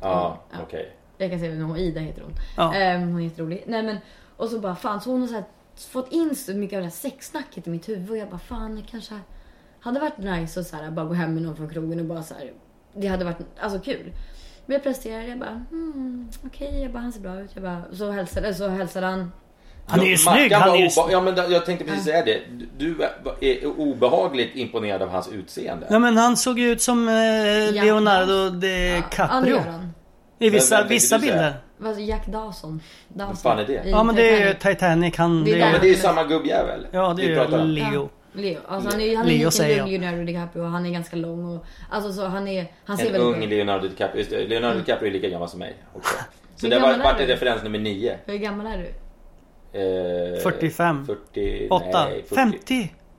[SPEAKER 4] Ja, okej.
[SPEAKER 5] Jag kan säga vem hon var, Ida heter hon.
[SPEAKER 4] Ja.
[SPEAKER 5] Ehm, hon är jätterolig. Nej men, och så bara fan, så hon har så här, fått in så mycket av det här sexsnacket i mitt huvud och jag bara fan, det kanske hade varit nice att så här, bara gå hem med någon från krogen och bara så här, det hade varit alltså kul. Men jag presterade, jag bara hmm, okej, jag bara han ser bra ut. Jag bara, så hälsade, så hälsade han.
[SPEAKER 1] Han är ju
[SPEAKER 4] Ja,
[SPEAKER 1] snygg,
[SPEAKER 4] Mackan
[SPEAKER 1] han
[SPEAKER 4] var
[SPEAKER 1] är ju
[SPEAKER 4] obe- Ja men jag tänkte precis säga det. Du är- är obehagligt imponerad av hans utseende.
[SPEAKER 1] Nej men han såg ju ut som eh, Leonardo
[SPEAKER 5] Ja, det
[SPEAKER 1] DiCaprio.
[SPEAKER 5] gör han.
[SPEAKER 1] I vissa,
[SPEAKER 4] Vem- vem
[SPEAKER 1] vissa
[SPEAKER 4] tänker du säga?
[SPEAKER 1] bilder.
[SPEAKER 5] Vad- Jack Dawson. Dawson.
[SPEAKER 4] Vad fan är det?
[SPEAKER 5] I
[SPEAKER 1] Ja men det är ju
[SPEAKER 5] Mm, Titanic.
[SPEAKER 1] Titanic. Han,
[SPEAKER 5] Det är
[SPEAKER 4] Ja,
[SPEAKER 5] där
[SPEAKER 4] men det är ju
[SPEAKER 5] han-
[SPEAKER 4] samma gubbjävel.
[SPEAKER 1] Ja, det
[SPEAKER 4] Vi
[SPEAKER 1] är ju
[SPEAKER 4] pratar om.
[SPEAKER 1] Leo.
[SPEAKER 5] Leo. Alltså han är, han är
[SPEAKER 1] Leo
[SPEAKER 5] lik
[SPEAKER 1] säger
[SPEAKER 5] en
[SPEAKER 1] jag.
[SPEAKER 5] ung Leonardo DiCaprio och han är ganska lång och... Alltså så han är... Han ser
[SPEAKER 4] En
[SPEAKER 5] väldigt
[SPEAKER 4] ung
[SPEAKER 5] bra ut.
[SPEAKER 4] Leonardo DiCaprio. Just det, Leonardo DiCaprio är lika gammal som mig.
[SPEAKER 5] (laughs)
[SPEAKER 4] Också. Så
[SPEAKER 5] Hur
[SPEAKER 4] det var
[SPEAKER 5] gammal är
[SPEAKER 4] vart
[SPEAKER 5] du?
[SPEAKER 4] en referens nummer nio.
[SPEAKER 5] Hur gammal är du?
[SPEAKER 4] Eh,
[SPEAKER 1] 45.
[SPEAKER 4] 40,
[SPEAKER 1] 8.
[SPEAKER 4] nej, 40,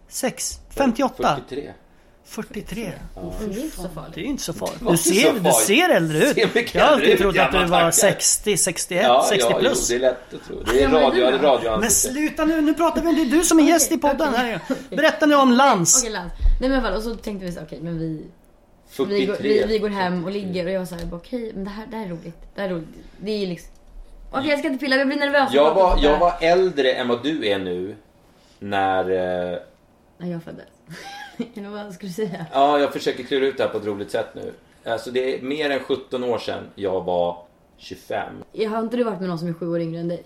[SPEAKER 1] 56. 58.
[SPEAKER 4] 43.
[SPEAKER 1] 43.
[SPEAKER 5] Det är inte så farligt.
[SPEAKER 1] Det är ju inte så farligt.
[SPEAKER 4] var
[SPEAKER 1] Du
[SPEAKER 4] inte så
[SPEAKER 1] ser, du
[SPEAKER 4] farligt.
[SPEAKER 1] ser äldre ut.
[SPEAKER 4] Ser mycket
[SPEAKER 1] Jag har
[SPEAKER 4] äldre
[SPEAKER 1] alltid
[SPEAKER 4] ut,
[SPEAKER 1] trott att du
[SPEAKER 4] gammal
[SPEAKER 1] var
[SPEAKER 4] tackar.
[SPEAKER 1] 60, 61,
[SPEAKER 4] Ja,
[SPEAKER 1] 60
[SPEAKER 4] ja,
[SPEAKER 1] plus.
[SPEAKER 4] Jo, det är lätt att tro. Det är
[SPEAKER 5] gammal är
[SPEAKER 4] radio,
[SPEAKER 5] du då?
[SPEAKER 4] radio
[SPEAKER 1] Men sluta nu, nu pratar vi om det. är du som är gäst i podden. Här. Berätta nu om Lans.
[SPEAKER 5] Okej Lans. Nej men i alla fall, och så tänkte vi så, här, okej men vi... Vi,
[SPEAKER 4] 43.
[SPEAKER 5] går- vi, vi går hem och ligger och jag såhär, okej men det här, det här är roligt. Det här är roligt. Det är liksom... Okej jag ska inte pilla, jag blir nervös.
[SPEAKER 4] Mm. Jag
[SPEAKER 5] pratar om
[SPEAKER 4] var,
[SPEAKER 5] det
[SPEAKER 4] jag
[SPEAKER 5] här.
[SPEAKER 4] var äldre än vad du är nu när... eh,
[SPEAKER 5] När jag föddes. (laughs) Eller vad skulle du säga?
[SPEAKER 4] Ja, jag försöker klura ut det här på ett roligt sätt nu. Alltså det är mer än 17 år sedan jag var 25.
[SPEAKER 5] Jag har inte du varit med någon som är sju år yngre än dig?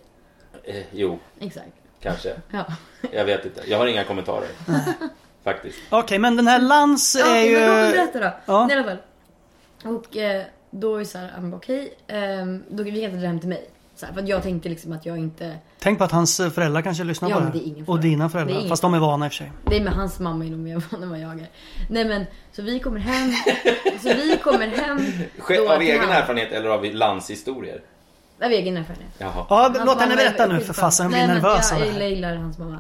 [SPEAKER 4] Eh, jo,
[SPEAKER 5] Exakt.
[SPEAKER 4] kanske.
[SPEAKER 5] Ja.
[SPEAKER 4] Jag vet inte. Jag har inga kommentarer.
[SPEAKER 5] (laughs)
[SPEAKER 4] Faktiskt.
[SPEAKER 1] Okej, men den här Lans
[SPEAKER 5] Ja,
[SPEAKER 1] är
[SPEAKER 5] Okej,
[SPEAKER 1] ju...
[SPEAKER 5] men låt mig berätta då.
[SPEAKER 1] Ja.
[SPEAKER 5] Nej, I alla fall. Och eh, då är det såhär, ja, men okej. ehm, då kan vi kan inte dra hem till mig. Så här, för att jag tänkte liksom att jag inte...
[SPEAKER 1] Tänk på att hans eh, föräldrar kanske lyssnar
[SPEAKER 5] Ja,
[SPEAKER 1] på det
[SPEAKER 5] men det är
[SPEAKER 1] här.
[SPEAKER 5] ingen fara.
[SPEAKER 1] Och dina
[SPEAKER 5] Det är
[SPEAKER 1] föräldrar.
[SPEAKER 5] ingen
[SPEAKER 1] Fast de är vana i och för sig.
[SPEAKER 5] Det är med hans mamma är nog mer van än vad jag är. Nej men, så vi kommer hem. så vi kommer hem.
[SPEAKER 4] Ske-
[SPEAKER 5] då
[SPEAKER 4] Av
[SPEAKER 5] till
[SPEAKER 4] egen
[SPEAKER 5] han-
[SPEAKER 4] erfarenhet eller av landshistorier?
[SPEAKER 5] Av egen erfarenhet.
[SPEAKER 4] Jaha.
[SPEAKER 1] Ja,
[SPEAKER 5] Hans
[SPEAKER 1] låt henne
[SPEAKER 5] mamma är-
[SPEAKER 1] berätta nu för
[SPEAKER 5] skitsamma.
[SPEAKER 1] fasen. Jag blir
[SPEAKER 5] Nej, men
[SPEAKER 1] nervös av
[SPEAKER 5] Jag
[SPEAKER 1] det
[SPEAKER 5] gillar,
[SPEAKER 1] här.
[SPEAKER 5] gillar hans mamma.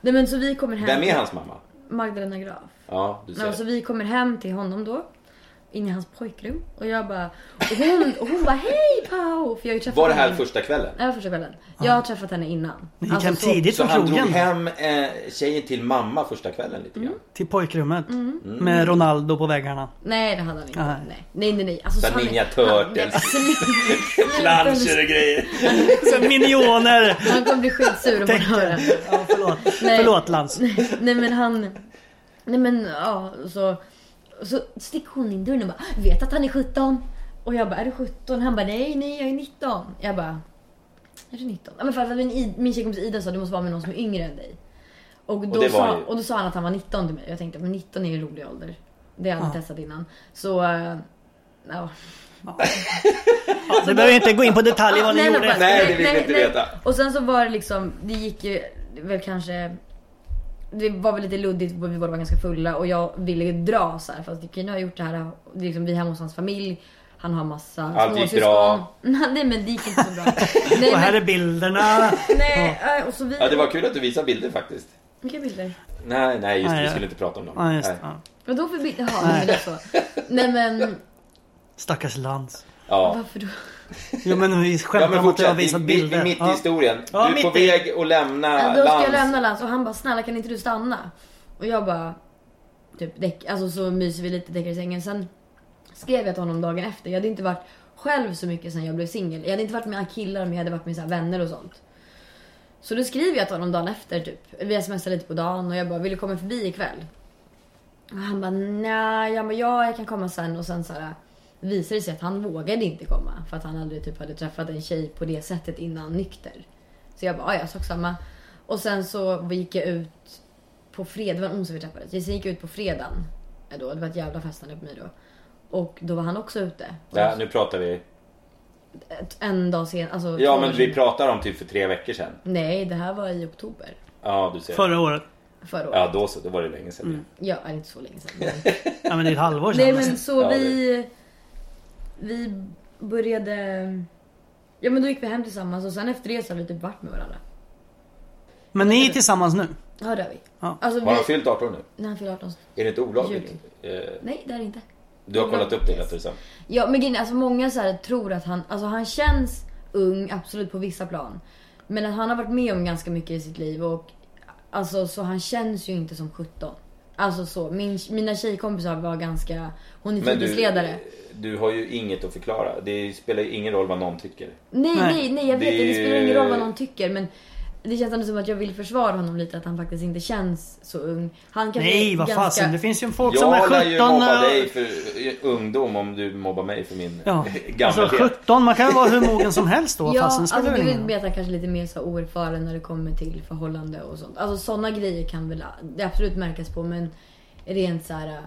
[SPEAKER 5] Nej men så vi kommer hem.
[SPEAKER 4] Vem
[SPEAKER 5] till
[SPEAKER 4] är hans mamma?
[SPEAKER 5] Magdalena Graaf.
[SPEAKER 4] Ja, du
[SPEAKER 5] Nej, och så
[SPEAKER 4] ser.
[SPEAKER 5] alltså, vi kommer hem till honom då. In i hans pojkrum. Och jag bara... Och hon, och hon bara hej Pau! För jag har ju träffat
[SPEAKER 4] Var det här
[SPEAKER 5] henne-
[SPEAKER 4] första kvällen?
[SPEAKER 5] Ja, första kvällen. Jag har träffat henne innan.
[SPEAKER 1] Ni gick
[SPEAKER 5] Alltså,
[SPEAKER 1] hem
[SPEAKER 5] så-
[SPEAKER 1] tidigt
[SPEAKER 4] Så
[SPEAKER 1] från
[SPEAKER 4] han drog
[SPEAKER 1] krogen.
[SPEAKER 4] hem eh, tjejen till mamma första kvällen lite grann?
[SPEAKER 1] Till pojkrummet.
[SPEAKER 5] Mm.
[SPEAKER 4] Mm.
[SPEAKER 1] Med Ronaldo på väggarna.
[SPEAKER 5] Nej det hade han inte.
[SPEAKER 1] Nej.
[SPEAKER 5] Nej nej nej. nej. Alltså,
[SPEAKER 4] Så
[SPEAKER 5] så han-
[SPEAKER 4] Ninja
[SPEAKER 5] han-
[SPEAKER 4] Turtles.
[SPEAKER 1] Mm.
[SPEAKER 4] Planscher och grejer.
[SPEAKER 5] (laughs)
[SPEAKER 1] Så Minioner.
[SPEAKER 5] Han kommer bli skitsur om han
[SPEAKER 1] Tänker.
[SPEAKER 5] hör det.
[SPEAKER 1] Ja, förlåt.
[SPEAKER 5] Nej.
[SPEAKER 1] Förlåt Lans.
[SPEAKER 5] Nej men han... Nej men ja, så... Så sticker hon in dörren och bara vet att han är 17. Och jag bara är du 17? Han bara nej nej jag är 19. Jag bara... Är du 19? Ja, men för att min, Id- min tjejkompis Ida sa du måste vara med någon som är yngre än dig. Och då,
[SPEAKER 4] det var han
[SPEAKER 5] sa,
[SPEAKER 4] ju.
[SPEAKER 5] och då sa han att han var 19 till mig. Jag tänkte men 19 är ju en rolig ålder. Det har jag aldrig testat innan. Så... eh, Ja.
[SPEAKER 1] Du behöver inte gå in på detaljer vad ni
[SPEAKER 5] Nej, men bara-
[SPEAKER 1] gjorde.
[SPEAKER 4] Nej, det vill vi inte veta.
[SPEAKER 5] Och sen så var det liksom, det gick ju väl kanske... Det var väl lite luddigt, vi båda var ganska fulla och jag ville ju dra så här för att vi kunde ha gjort det här, det är liksom vi är hemma hos hans familj, han har massa
[SPEAKER 4] Allt gick bra.
[SPEAKER 5] (laughs) Nej men det gick inte
[SPEAKER 4] (laughs)
[SPEAKER 5] så bra. Nej,
[SPEAKER 1] Och här är
[SPEAKER 5] men,
[SPEAKER 1] bilderna.
[SPEAKER 5] nej, eh, och så vi...
[SPEAKER 4] Ja, det var kul att du visade bilder faktiskt.
[SPEAKER 5] Vilka bilder?
[SPEAKER 4] Nej, nej, just det,
[SPEAKER 1] Nej,
[SPEAKER 4] vi
[SPEAKER 1] ja.
[SPEAKER 4] skulle inte prata om dem.
[SPEAKER 1] Ja, just det.
[SPEAKER 4] Nej.
[SPEAKER 1] Ja.
[SPEAKER 5] Vadå för bilder? Jaha, nej. men det är så. Nej men,
[SPEAKER 1] Stackars Lans.
[SPEAKER 4] Ja.
[SPEAKER 5] varför då?
[SPEAKER 1] Jo men vi
[SPEAKER 4] Ja
[SPEAKER 1] skämtar
[SPEAKER 4] men
[SPEAKER 1] om att jag har
[SPEAKER 4] fortsätt,
[SPEAKER 1] visat
[SPEAKER 4] vi, vi,
[SPEAKER 1] bilder.
[SPEAKER 4] mitt i
[SPEAKER 1] Ja.
[SPEAKER 4] historien. Du
[SPEAKER 1] Ja,
[SPEAKER 4] är på
[SPEAKER 1] mitt i.
[SPEAKER 4] väg att lämna
[SPEAKER 5] Ja, då ska jag
[SPEAKER 4] lands.
[SPEAKER 5] lämna Lans och han bara snälla kan inte du stanna? Och jag bara typ däck, alltså så myser vi lite däckar i sängen. Sen skrev jag till honom dagen efter. Jag hade inte varit själv så mycket sen jag blev singel. Jag hade inte varit med killar men jag hade varit med så här vänner och sånt. Så då skriver jag till honom dagen efter typ. Vi smsade lite på dagen och jag bara vill du komma förbi ikväll? Och han bara nej, jag bara ja jag kan komma sen och sen så här visade det sig att han vågade inte komma för att han aldrig typ hade träffat en tjej på det sättet innan nykter. Så jag bara ja, sak samma. Och sen så gick jag ut på fredag, det var en onsdag vi träffades. Jag sen gick jag ut på fredagen eh, då, det var ett jävla festande på mig då. Och då var han också ute.
[SPEAKER 4] Ja, nu pratar vi.
[SPEAKER 5] Ett- En dag sen, alltså
[SPEAKER 4] Ja
[SPEAKER 5] två
[SPEAKER 4] men
[SPEAKER 5] år
[SPEAKER 4] vi
[SPEAKER 5] sen.
[SPEAKER 4] pratar om typ för tre veckor sedan.
[SPEAKER 5] Nej, det här var i oktober
[SPEAKER 4] Ja, du ser.
[SPEAKER 1] Förra året.
[SPEAKER 5] förra året.
[SPEAKER 4] Ja, då så. Då var det länge sedan.
[SPEAKER 1] Mm.
[SPEAKER 5] Ja, det är inte så länge sedan. men-
[SPEAKER 1] Ja men det är ett halvår
[SPEAKER 5] Nej
[SPEAKER 1] sedan.
[SPEAKER 5] men så
[SPEAKER 4] Ja, det-
[SPEAKER 5] vi... Vi började... Ja men då gick vi hem tillsammans och sen efter det så har vi typ varit med varandra.
[SPEAKER 1] Men ni är tillsammans nu.
[SPEAKER 5] Ja det har vi.
[SPEAKER 1] Ja.
[SPEAKER 5] Alltså
[SPEAKER 4] Har han
[SPEAKER 5] vi...
[SPEAKER 4] fyllt 18 nu?
[SPEAKER 5] När han fyller 18.
[SPEAKER 4] Är det inte olagligt? Eh,
[SPEAKER 5] Nej det är det inte.
[SPEAKER 4] Du har kollat upp det rättare sagt.
[SPEAKER 5] Ja men grejen är, alltså många så här tror att han, alltså han känns ung absolut på vissa plan. Men att han har varit med om ganska mycket i sitt liv och alltså så han känns ju inte som 17. Alltså så, Min, mina tjejkompisar var ganska, hon är
[SPEAKER 4] Men du-
[SPEAKER 5] fritidsledare.
[SPEAKER 4] Du har ju inget att förklara. Det spelar ju ingen roll vad någon tycker.
[SPEAKER 5] Nej,
[SPEAKER 1] Nej.
[SPEAKER 5] nej, nej, jag vet det.
[SPEAKER 4] Det-
[SPEAKER 5] Det spelar ingen roll vad någon tycker. Men det känns ändå som att jag vill försvara honom lite. Att han faktiskt inte känns så ung. Han kanske
[SPEAKER 1] Nej
[SPEAKER 5] är
[SPEAKER 1] vad
[SPEAKER 5] ganska...
[SPEAKER 1] fasen. Det finns ju folk som är
[SPEAKER 4] Jag lär ju
[SPEAKER 1] 17.
[SPEAKER 4] mobba
[SPEAKER 1] eh,
[SPEAKER 4] dig för eh, ungdom om du mobbar mig för min (laughs) eh,
[SPEAKER 1] Ja. Alltså
[SPEAKER 4] gammalhet.
[SPEAKER 1] 17. Man kan ju vara hur mogen som helst då.
[SPEAKER 5] (laughs) Ja,
[SPEAKER 1] fasen
[SPEAKER 5] alltså du
[SPEAKER 1] spelar väl
[SPEAKER 5] vill
[SPEAKER 1] ingen roll.
[SPEAKER 5] veta kanske lite mer så oerfaren när det kommer till förhållande och sånt. Alltså sådana grejer kan väl det absolut märkas på men rent så äh, här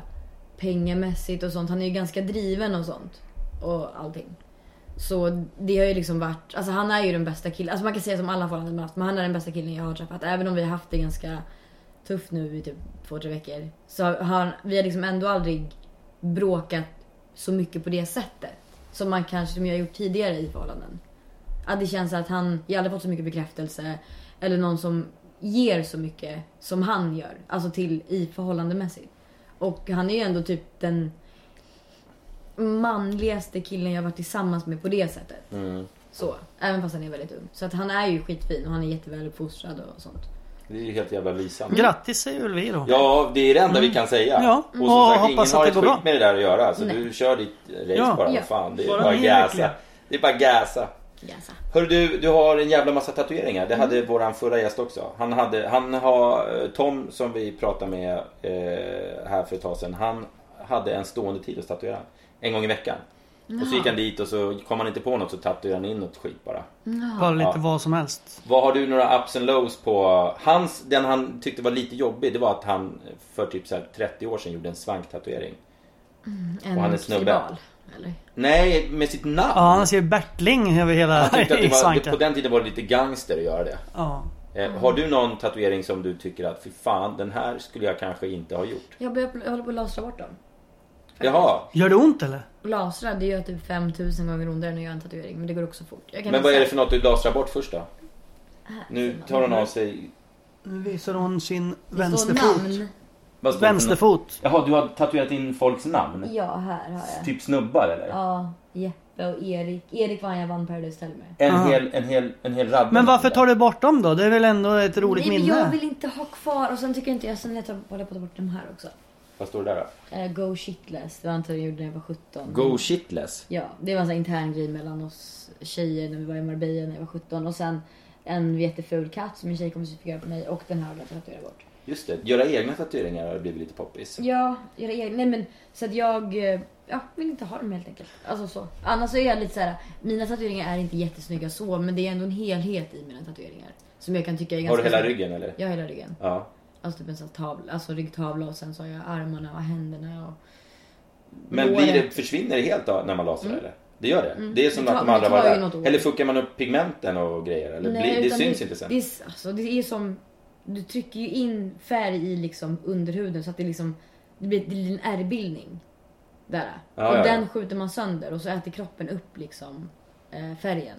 [SPEAKER 5] pengamässigt och sånt. Han är ju ganska driven och sånt. Och allting. Så det har ju liksom varit, alltså han är ju den bästa killen, alltså man kan säga som alla förhållanden man haft, men han är den bästa killen jag har träffat. Även om vi har haft det ganska tufft nu i typ två, tre veckor. Så har han, vi har liksom ändå aldrig bråkat så mycket på det sättet. Som man kanske som jag har gjort tidigare i förhållanden. Att det känns att han, jag har aldrig fått så mycket bekräftelse. Eller någon som ger så mycket som han gör. Alltså till i förhållandemässigt. Och han är ju ändå typ den manligaste killen jag varit tillsammans med på det sättet.
[SPEAKER 6] Mm.
[SPEAKER 5] Så, även fast han är väldigt ung. Så att han är ju skitfin och han är jätteväluppfostrad och sånt.
[SPEAKER 4] Det är ju helt jävla lysande.
[SPEAKER 1] Grattis säger vi då.
[SPEAKER 4] Ja, det är det enda vi kan säga.
[SPEAKER 1] Mm. Ja,
[SPEAKER 4] Och
[SPEAKER 1] och
[SPEAKER 4] som sagt, ingen
[SPEAKER 1] hoppas
[SPEAKER 4] har
[SPEAKER 1] att
[SPEAKER 4] ett
[SPEAKER 1] det
[SPEAKER 4] skit
[SPEAKER 1] går
[SPEAKER 4] med det där att göra. Så
[SPEAKER 5] Nej.
[SPEAKER 4] du kör ditt race
[SPEAKER 5] Ja.
[SPEAKER 4] bara.
[SPEAKER 5] Ja.
[SPEAKER 4] Vad fan, det är
[SPEAKER 5] Bara
[SPEAKER 4] bara
[SPEAKER 5] ni
[SPEAKER 4] gasa.
[SPEAKER 5] verkligen.
[SPEAKER 4] Det är bara gasa.
[SPEAKER 5] Gasa.
[SPEAKER 4] Hörru du, du har en jävla massa tatueringar. Det hade
[SPEAKER 1] Mm.
[SPEAKER 4] våran förra gäst också. Han hade, han har, eh, Tom som vi pratade med eh, här för ett tag sedan. Han hade en stående tid att tatuera. En gång i veckan. Och så
[SPEAKER 1] Jaha.
[SPEAKER 4] gick han dit och så kom han inte på något så tatuerade han in något skit bara.
[SPEAKER 1] Jaha. Bara lite vad som helst.
[SPEAKER 4] Vad har du några ups and lows på? Hans, den han tyckte var lite jobbig det var att han för typ så här 30 år sedan gjorde en svanktatuering.
[SPEAKER 5] En
[SPEAKER 4] Och han är snubbe.
[SPEAKER 5] tribal, eller?
[SPEAKER 4] Nej, med sitt namn.
[SPEAKER 1] Ja, han ser ju Bertling över hela
[SPEAKER 4] Han tyckte
[SPEAKER 1] (laughs)
[SPEAKER 4] att det var, det,
[SPEAKER 1] svanken.
[SPEAKER 4] på den tiden var det lite gangster att göra det.
[SPEAKER 1] Ja.
[SPEAKER 4] Eh, har du någon tatuering som du tycker att fy fan, den här skulle jag kanske inte ha gjort?
[SPEAKER 5] Jag, börjar, jag håller på att lasra bort dem.
[SPEAKER 4] Jaha.
[SPEAKER 1] Gör det ont eller?
[SPEAKER 5] Och Lasra det gör typ 5000 gånger ondare när jag gör en tatuering men det går också fort. Jag kan
[SPEAKER 4] Men vad
[SPEAKER 5] visa-
[SPEAKER 4] är det för något du lasrar bort först då? Ah, Nu tar hon av sig...
[SPEAKER 1] Nu visar hon sin
[SPEAKER 5] står
[SPEAKER 1] vänsterfot.
[SPEAKER 5] namn.
[SPEAKER 4] Vad står det för
[SPEAKER 1] Vänsterfot.
[SPEAKER 4] namn? Jaha, du har tatuerat in folks namn?
[SPEAKER 5] Ja, här har jag.
[SPEAKER 4] Typ snubbar eller?
[SPEAKER 5] Ja, Jeppe och Erik. Erik vann jag vann Paradise Hotel med.
[SPEAKER 4] En,
[SPEAKER 1] Aha.
[SPEAKER 4] hel, en, hel, en hel radda?
[SPEAKER 1] Men varför tar du bort dem då? Det är väl ändå ett roligt
[SPEAKER 5] Nej, men
[SPEAKER 1] minne?
[SPEAKER 5] jag vill inte ha kvar och sen tycker jag inte jag sen jag tar- håller på att ta bort de här också.
[SPEAKER 4] Vad står det där då?
[SPEAKER 5] Eh, go shitless, det var antar jag gjorde när jag var 17.
[SPEAKER 4] Go shitless?
[SPEAKER 5] Ja, det var en sån här intern grej mellan oss tjejer när vi var i Marbella när jag var 17 och sen en jätteful katt som en tjejkompis fick göra på mig och den här har jag tatuerat bort.
[SPEAKER 4] Just det, göra egna tatueringar har blivit lite poppis.
[SPEAKER 5] Ja, göra egen. Nej men så att jag eh, ja, vill inte ha dem helt enkelt. Alltså så. Annars så är jag lite så här. mina tatueringar är inte jättesnygga så men det är ändå en helhet i mina tatueringar. Som jag kan tycka är ganska
[SPEAKER 4] Har du hela
[SPEAKER 5] snygg.
[SPEAKER 4] ryggen, eller?
[SPEAKER 5] Ja, hela ryggen.
[SPEAKER 4] Ja.
[SPEAKER 5] Alltså typ en sån här tavla, alltså ryggtavla och sen så har jag armarna och händerna och...
[SPEAKER 4] Men
[SPEAKER 5] Låret.
[SPEAKER 4] blir det, försvinner det helt då, när man lasrar
[SPEAKER 5] Mm.
[SPEAKER 4] eller? Det gör det?
[SPEAKER 5] Mm.
[SPEAKER 4] Det är som
[SPEAKER 5] Det tar-
[SPEAKER 4] att de
[SPEAKER 5] det
[SPEAKER 4] aldrig
[SPEAKER 5] tar
[SPEAKER 4] var
[SPEAKER 5] ju
[SPEAKER 4] där?
[SPEAKER 5] något år.
[SPEAKER 4] Eller fuckar man upp pigmenten och grejer? Eller blir, det
[SPEAKER 5] utan
[SPEAKER 4] syns inte sen?
[SPEAKER 5] Det är, alltså, det är som, du trycker ju in färg i liksom underhuden så att det liksom, det blir, det blir en ärrbildning. Där.
[SPEAKER 1] Ja,
[SPEAKER 5] och
[SPEAKER 1] ja, ja.
[SPEAKER 5] den skjuter man sönder och så äter kroppen upp liksom eh, färgen.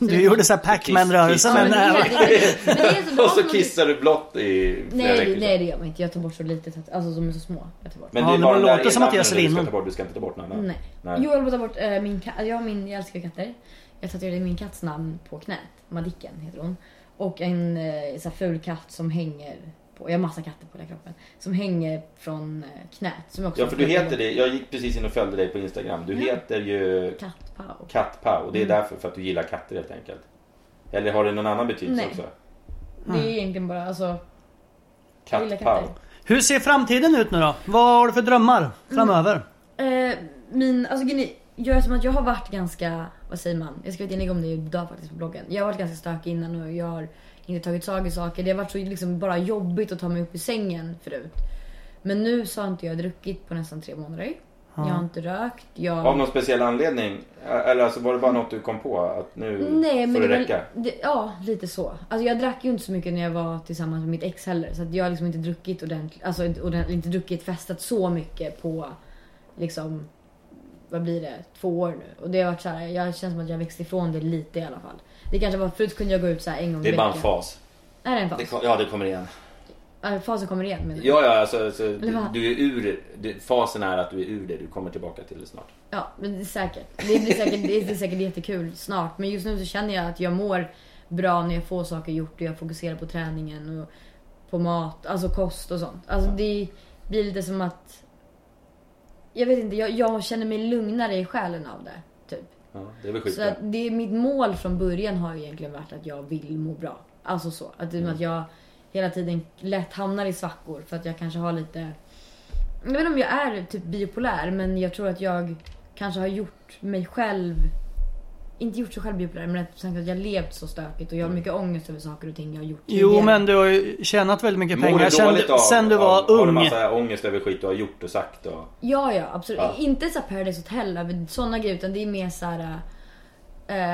[SPEAKER 1] Du gjorde såhär Pac-Man-rörelse
[SPEAKER 5] Men
[SPEAKER 1] med
[SPEAKER 5] det
[SPEAKER 4] (laughs)
[SPEAKER 5] är så bra
[SPEAKER 4] Och så
[SPEAKER 5] som-
[SPEAKER 4] kissar du blått i flera
[SPEAKER 5] Nej,
[SPEAKER 4] veckor.
[SPEAKER 5] nej det gör man inte. Jag tar bort så lite, tat- alltså de är så små. Jag tar bort. Mm,
[SPEAKER 4] Men det är bara den där ena namnen du ska
[SPEAKER 1] linon.
[SPEAKER 4] ta bort, Du ska inte ta bort någon annan.
[SPEAKER 5] Nej. Jo, jag håller på att ta bort eh, min katt. Jag, har min, jag älskar katter. Jag tatuerade min katts namn på knät. Madicken heter hon. Och en eh, så här ful katt som hänger på... Jag har massa katter på hela kroppen. Som hänger från eh, knät. Som jag också
[SPEAKER 4] Ja, för du heter det. Jag gick precis in och följde dig på Instagram. Du
[SPEAKER 5] Ja.
[SPEAKER 4] heter ju
[SPEAKER 5] Kattpau.
[SPEAKER 4] Kattpau. Och det är
[SPEAKER 5] Mm.
[SPEAKER 4] därför, för att du gillar katter helt enkelt. Eller har det någon annan betydelse
[SPEAKER 5] Nej.
[SPEAKER 4] också?
[SPEAKER 5] Det är egentligen bara alltså... Jag gillar
[SPEAKER 4] Kattpau.
[SPEAKER 5] katter.
[SPEAKER 1] Hur ser framtiden ut nu då? Vad har du för drömmar framöver?
[SPEAKER 5] Eh, min, alltså grejen är- jag är som att jag har varit ganska, vad säger man? Jag skrev ett inlägg om det idag faktiskt på bloggen. Jag har varit ganska stökig innan och jag har inte tagit tag i saker. Det har varit så liksom bara jobbigt att ta mig upp i sängen förut. Men nu så har inte jag druckit på nästan tre månader.
[SPEAKER 4] Ja.
[SPEAKER 5] Jag har inte rökt. Jag...
[SPEAKER 4] Av någon speciell anledning? Eller alltså, var det bara något du kom på? Att nu
[SPEAKER 5] Nej, men
[SPEAKER 4] får det
[SPEAKER 5] det var-
[SPEAKER 4] räcka?
[SPEAKER 5] Det, ja, lite så. Alltså jag drack ju inte så mycket när jag var tillsammans med mitt ex heller. Så att jag har liksom inte druckit ordentligt, alltså inte, ordentligt, inte druckit, festat så mycket på liksom, vad blir det, två år nu. Och det har varit såhär, jag känns som att jag växt ifrån det lite i alla fall. Det kanske var, förut kunde jag gå ut så här en gång
[SPEAKER 4] Det
[SPEAKER 5] i
[SPEAKER 4] är bara en
[SPEAKER 5] veckan.
[SPEAKER 4] fas.
[SPEAKER 5] Är det en fas?
[SPEAKER 4] Det kom, ja, det kommer igen.
[SPEAKER 5] Ja, fasen kommer igen menar du?
[SPEAKER 4] Ja, ja, alltså, alltså
[SPEAKER 5] Eller
[SPEAKER 4] du,
[SPEAKER 5] vad?
[SPEAKER 4] du är ur, du, fasen är att du är ur det. Du kommer tillbaka till det snart.
[SPEAKER 5] Ja, men det är säkert. Det blir säkert, det är, det är säkert jättekul snart. Men just nu så känner jag att jag mår bra när jag får saker gjort och jag fokuserar på träningen och på mat, alltså kost och sånt. Alltså det blir lite som att... Jag vet inte, jag, jag känner mig lugnare i själen av det. Typ.
[SPEAKER 4] Ja, det är väl
[SPEAKER 5] Så att
[SPEAKER 4] skitbra.
[SPEAKER 5] det, mitt mål från början har ju egentligen varit att jag vill må bra. Alltså så. Att, det är som
[SPEAKER 4] Mm.
[SPEAKER 5] att jag hela tiden lätt hamnar i svackor för att jag kanske har lite... Jag vet inte om jag är typ bipolär men jag tror att jag kanske har gjort mig själv... Inte gjort sig själv bipolär men att att jag har levt så stökigt och jag har mycket ångest över saker och ting jag har gjort
[SPEAKER 1] Jo men du har ju tjänat väldigt mycket
[SPEAKER 4] Mår
[SPEAKER 1] pengar
[SPEAKER 4] du
[SPEAKER 1] sen,
[SPEAKER 4] dåligt av,
[SPEAKER 1] sen du
[SPEAKER 4] av,
[SPEAKER 1] var
[SPEAKER 4] Har du
[SPEAKER 1] ung.
[SPEAKER 4] massa ångest över skit du har gjort och sagt? Och...
[SPEAKER 5] Ja, ja absolut.
[SPEAKER 4] Ja.
[SPEAKER 5] Inte så här Paradise Hotel, sådana grejer utan det är mer så här. äh,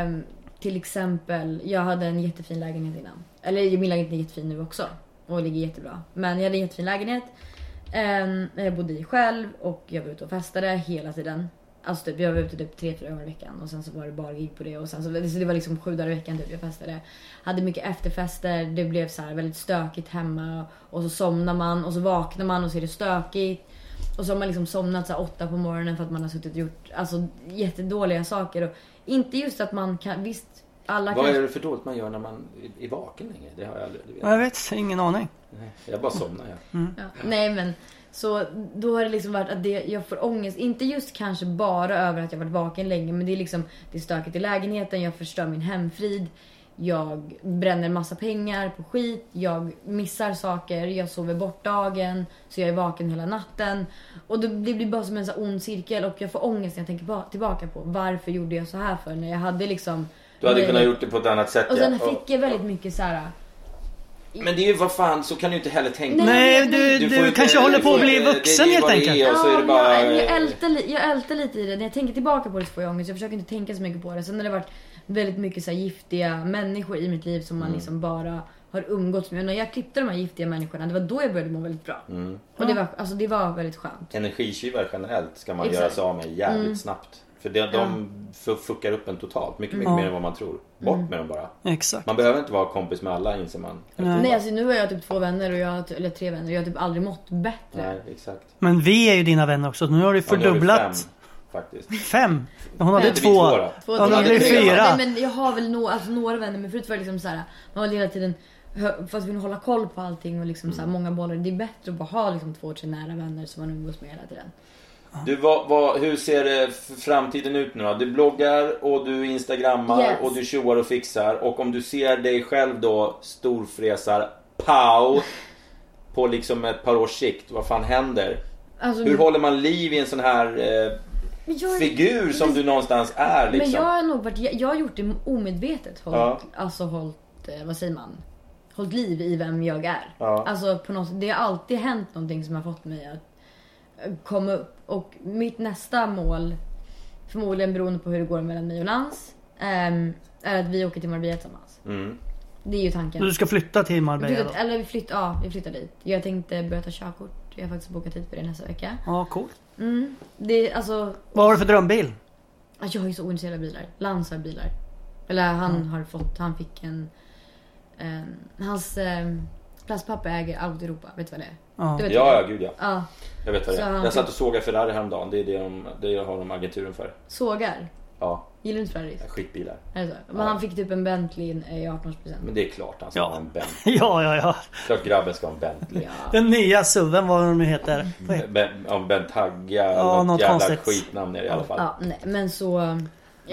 [SPEAKER 5] Ehm, till exempel, jag hade en jättefin lägenhet innan. Eller min lägenhet är jättefin nu också. Och ligger jättebra. Men jag hade en jättefin lägenhet. Ehm, jag bodde i själv och jag var ute och festade hela tiden. Alltså typ, jag var ute typ tre, fyra gånger i veckan och sen så var det bara gig på det och sen så, så det var liksom sju dagar i veckan typ jag festade. Hade mycket efterfester, det blev så här väldigt stökigt hemma och så somnar man och så vaknar man och så är det stökigt. Och så har man liksom somnat så här åtta på morgonen för att man har suttit och gjort alltså, jättedåliga saker. Och inte just att man kan, visst alla
[SPEAKER 4] Vad
[SPEAKER 5] kan...
[SPEAKER 4] är det för dåligt man gör när man är vaken länge? Det har jag aldrig...
[SPEAKER 1] Ja, Jag vet, ingen aning.
[SPEAKER 4] Nej, jag bara somnar jag.
[SPEAKER 5] Ja. Nej men så då har det liksom varit att det, jag får ångest. Inte just kanske bara över att jag varit vaken länge men det är liksom det är stökigt i lägenheten, jag förstör min hemfrid. Jag bränner en massa pengar på skit, jag missar saker, jag sover bort dagen så jag är vaken hela natten. Och det blir det blir bara som en så här ond cirkel och jag får ångest när jag tänker ba- tillbaka på varför gjorde jag så här för när jag hade liksom...
[SPEAKER 4] Du hade kunnat gjort det på ett annat sätt.
[SPEAKER 5] Och sen
[SPEAKER 4] ja.
[SPEAKER 5] fick jag väldigt mycket så här.
[SPEAKER 4] Men det är ju vad fan, så kan du inte heller tänka.
[SPEAKER 5] Nej, Nej, du-
[SPEAKER 4] får
[SPEAKER 1] du
[SPEAKER 4] inte-
[SPEAKER 1] kanske håller på att
[SPEAKER 4] får-
[SPEAKER 1] bli
[SPEAKER 4] det- det är
[SPEAKER 1] vuxen helt
[SPEAKER 4] vad det är
[SPEAKER 1] enkelt.
[SPEAKER 4] Och så är det bara... eh,
[SPEAKER 5] jag, jag, ältar, li- jag ältar lite i det. När jag tänker tillbaka på det så får jag ångest. Jag försöker inte tänka så mycket på det. Sen har det varit väldigt mycket så här giftiga människor i mitt liv som man
[SPEAKER 6] Mm.
[SPEAKER 5] liksom bara har umgåtts med. Och när jag klippte de här giftiga människorna, det var då jag började må väldigt bra.
[SPEAKER 4] Mm.
[SPEAKER 5] Och det var, alltså, det var väldigt skönt.
[SPEAKER 4] Energitjuvar generellt ska man
[SPEAKER 5] Exakt.
[SPEAKER 4] göra sig av med jävligt
[SPEAKER 5] Mm.
[SPEAKER 4] snabbt. För de, de f- fuckar upp en totalt. Mycket, mycket
[SPEAKER 5] Mm.
[SPEAKER 4] mer än vad man tror. Bort
[SPEAKER 5] Mm.
[SPEAKER 4] med dem bara.
[SPEAKER 1] Exakt.
[SPEAKER 4] Man behöver inte vara kompis med alla inser man.
[SPEAKER 5] Nej, alltså, nu har jag typ två vänner, och jag, har ty- eller tre vänner, och jag har typ aldrig mått bättre.
[SPEAKER 4] Nej, exakt.
[SPEAKER 1] Men vi är ju dina vänner också. Nu har du
[SPEAKER 4] Ja, nu har vi
[SPEAKER 1] fördubblat.
[SPEAKER 4] fem, faktiskt.
[SPEAKER 1] Fem? Hon hade
[SPEAKER 4] Ja.
[SPEAKER 1] två.
[SPEAKER 4] Det blir två då.
[SPEAKER 1] Ja,
[SPEAKER 4] Två
[SPEAKER 1] det
[SPEAKER 4] till.
[SPEAKER 1] blir fyra.
[SPEAKER 5] Nej, men jag har väl nå, alltså, några vänner men förut var det liksom så här, man var hela tiden hö- fast vi vill hålla koll på allting och liksom så
[SPEAKER 4] Mm.
[SPEAKER 5] här, många bollar. Det är bättre att bara ha liksom två, tre nära vänner som man umgås med hela tiden.
[SPEAKER 4] Du, vad, vad, hur ser eh, f- framtiden ut nu då? Du bloggar och du instagrammar
[SPEAKER 5] Yes.
[SPEAKER 4] och du tjoar och fixar. Och om du ser dig själv då storfräsar
[SPEAKER 5] (laughs)
[SPEAKER 4] pow på liksom ett par års sikt, vad fan händer?
[SPEAKER 5] Alltså,
[SPEAKER 4] hur håller man liv i en sån här eh,
[SPEAKER 5] Men jag-
[SPEAKER 4] figur som du någonstans är liksom?
[SPEAKER 5] Men jag har nog varit, jag, jag har gjort det omedvetet. Hållt,
[SPEAKER 4] Ja.
[SPEAKER 5] Alltså hållt, eh, vad säger man? Hållt liv i vem jag är.
[SPEAKER 4] Ja.
[SPEAKER 5] Alltså på något det har alltid hänt någonting som har fått mig att eh, komma upp. Och mitt nästa mål, förmodligen beroende på hur det går mellan mig och Lans, ehm, är att vi åker till Marbella tillsammans.
[SPEAKER 4] Mm.
[SPEAKER 5] Det är ju tanken.
[SPEAKER 1] Du ska flytta till Marbella då?
[SPEAKER 5] Flyttat, eller vi flyttar, ja, vi flyttar dit. Jag tänkte börja ta körkort. Jag har faktiskt bokat tid för det nästa vecka.
[SPEAKER 1] Ja, coolt.
[SPEAKER 5] Mm. Det, alltså,
[SPEAKER 1] Vad har du för drömbil? (laughs)
[SPEAKER 5] att jag har ju så ointresserad av bilar. Lans har bilar. Eller han har fått, han fick en... en hans eh, plastpappa äger Auto Europa, vet du vad det är?
[SPEAKER 4] Ja.
[SPEAKER 5] Du vet
[SPEAKER 4] Ja,
[SPEAKER 5] vad det är?
[SPEAKER 4] ja, gud, ja.
[SPEAKER 5] ja.
[SPEAKER 4] Jag vet vad det
[SPEAKER 5] Så
[SPEAKER 4] är.
[SPEAKER 5] han
[SPEAKER 4] Jag satt
[SPEAKER 5] fick-
[SPEAKER 4] och sågade Ferrari häromdagen. Det är det, de, det har de agenturen för.
[SPEAKER 5] Sågar.
[SPEAKER 4] Ja,
[SPEAKER 5] Gillar du inte Ferraris?
[SPEAKER 4] skitbilar.
[SPEAKER 5] Är det så? Men han fick typ en Bentley eh, i 18-årspresent.
[SPEAKER 4] Men det är klart han ska ha en Bentley.
[SPEAKER 1] Ja, ja, ja.
[SPEAKER 4] Klart grabben ska ha en Bentley.
[SPEAKER 1] Den nya suven, vad den nu
[SPEAKER 5] Mm.
[SPEAKER 1] heter. Vad heter-
[SPEAKER 4] Ben, om Bent Hagga
[SPEAKER 1] Ja,
[SPEAKER 4] eller
[SPEAKER 1] något
[SPEAKER 4] något jävla
[SPEAKER 1] konstigt.
[SPEAKER 4] skitnamn är det i alla fall.
[SPEAKER 5] Ja, nej, men så...
[SPEAKER 4] Men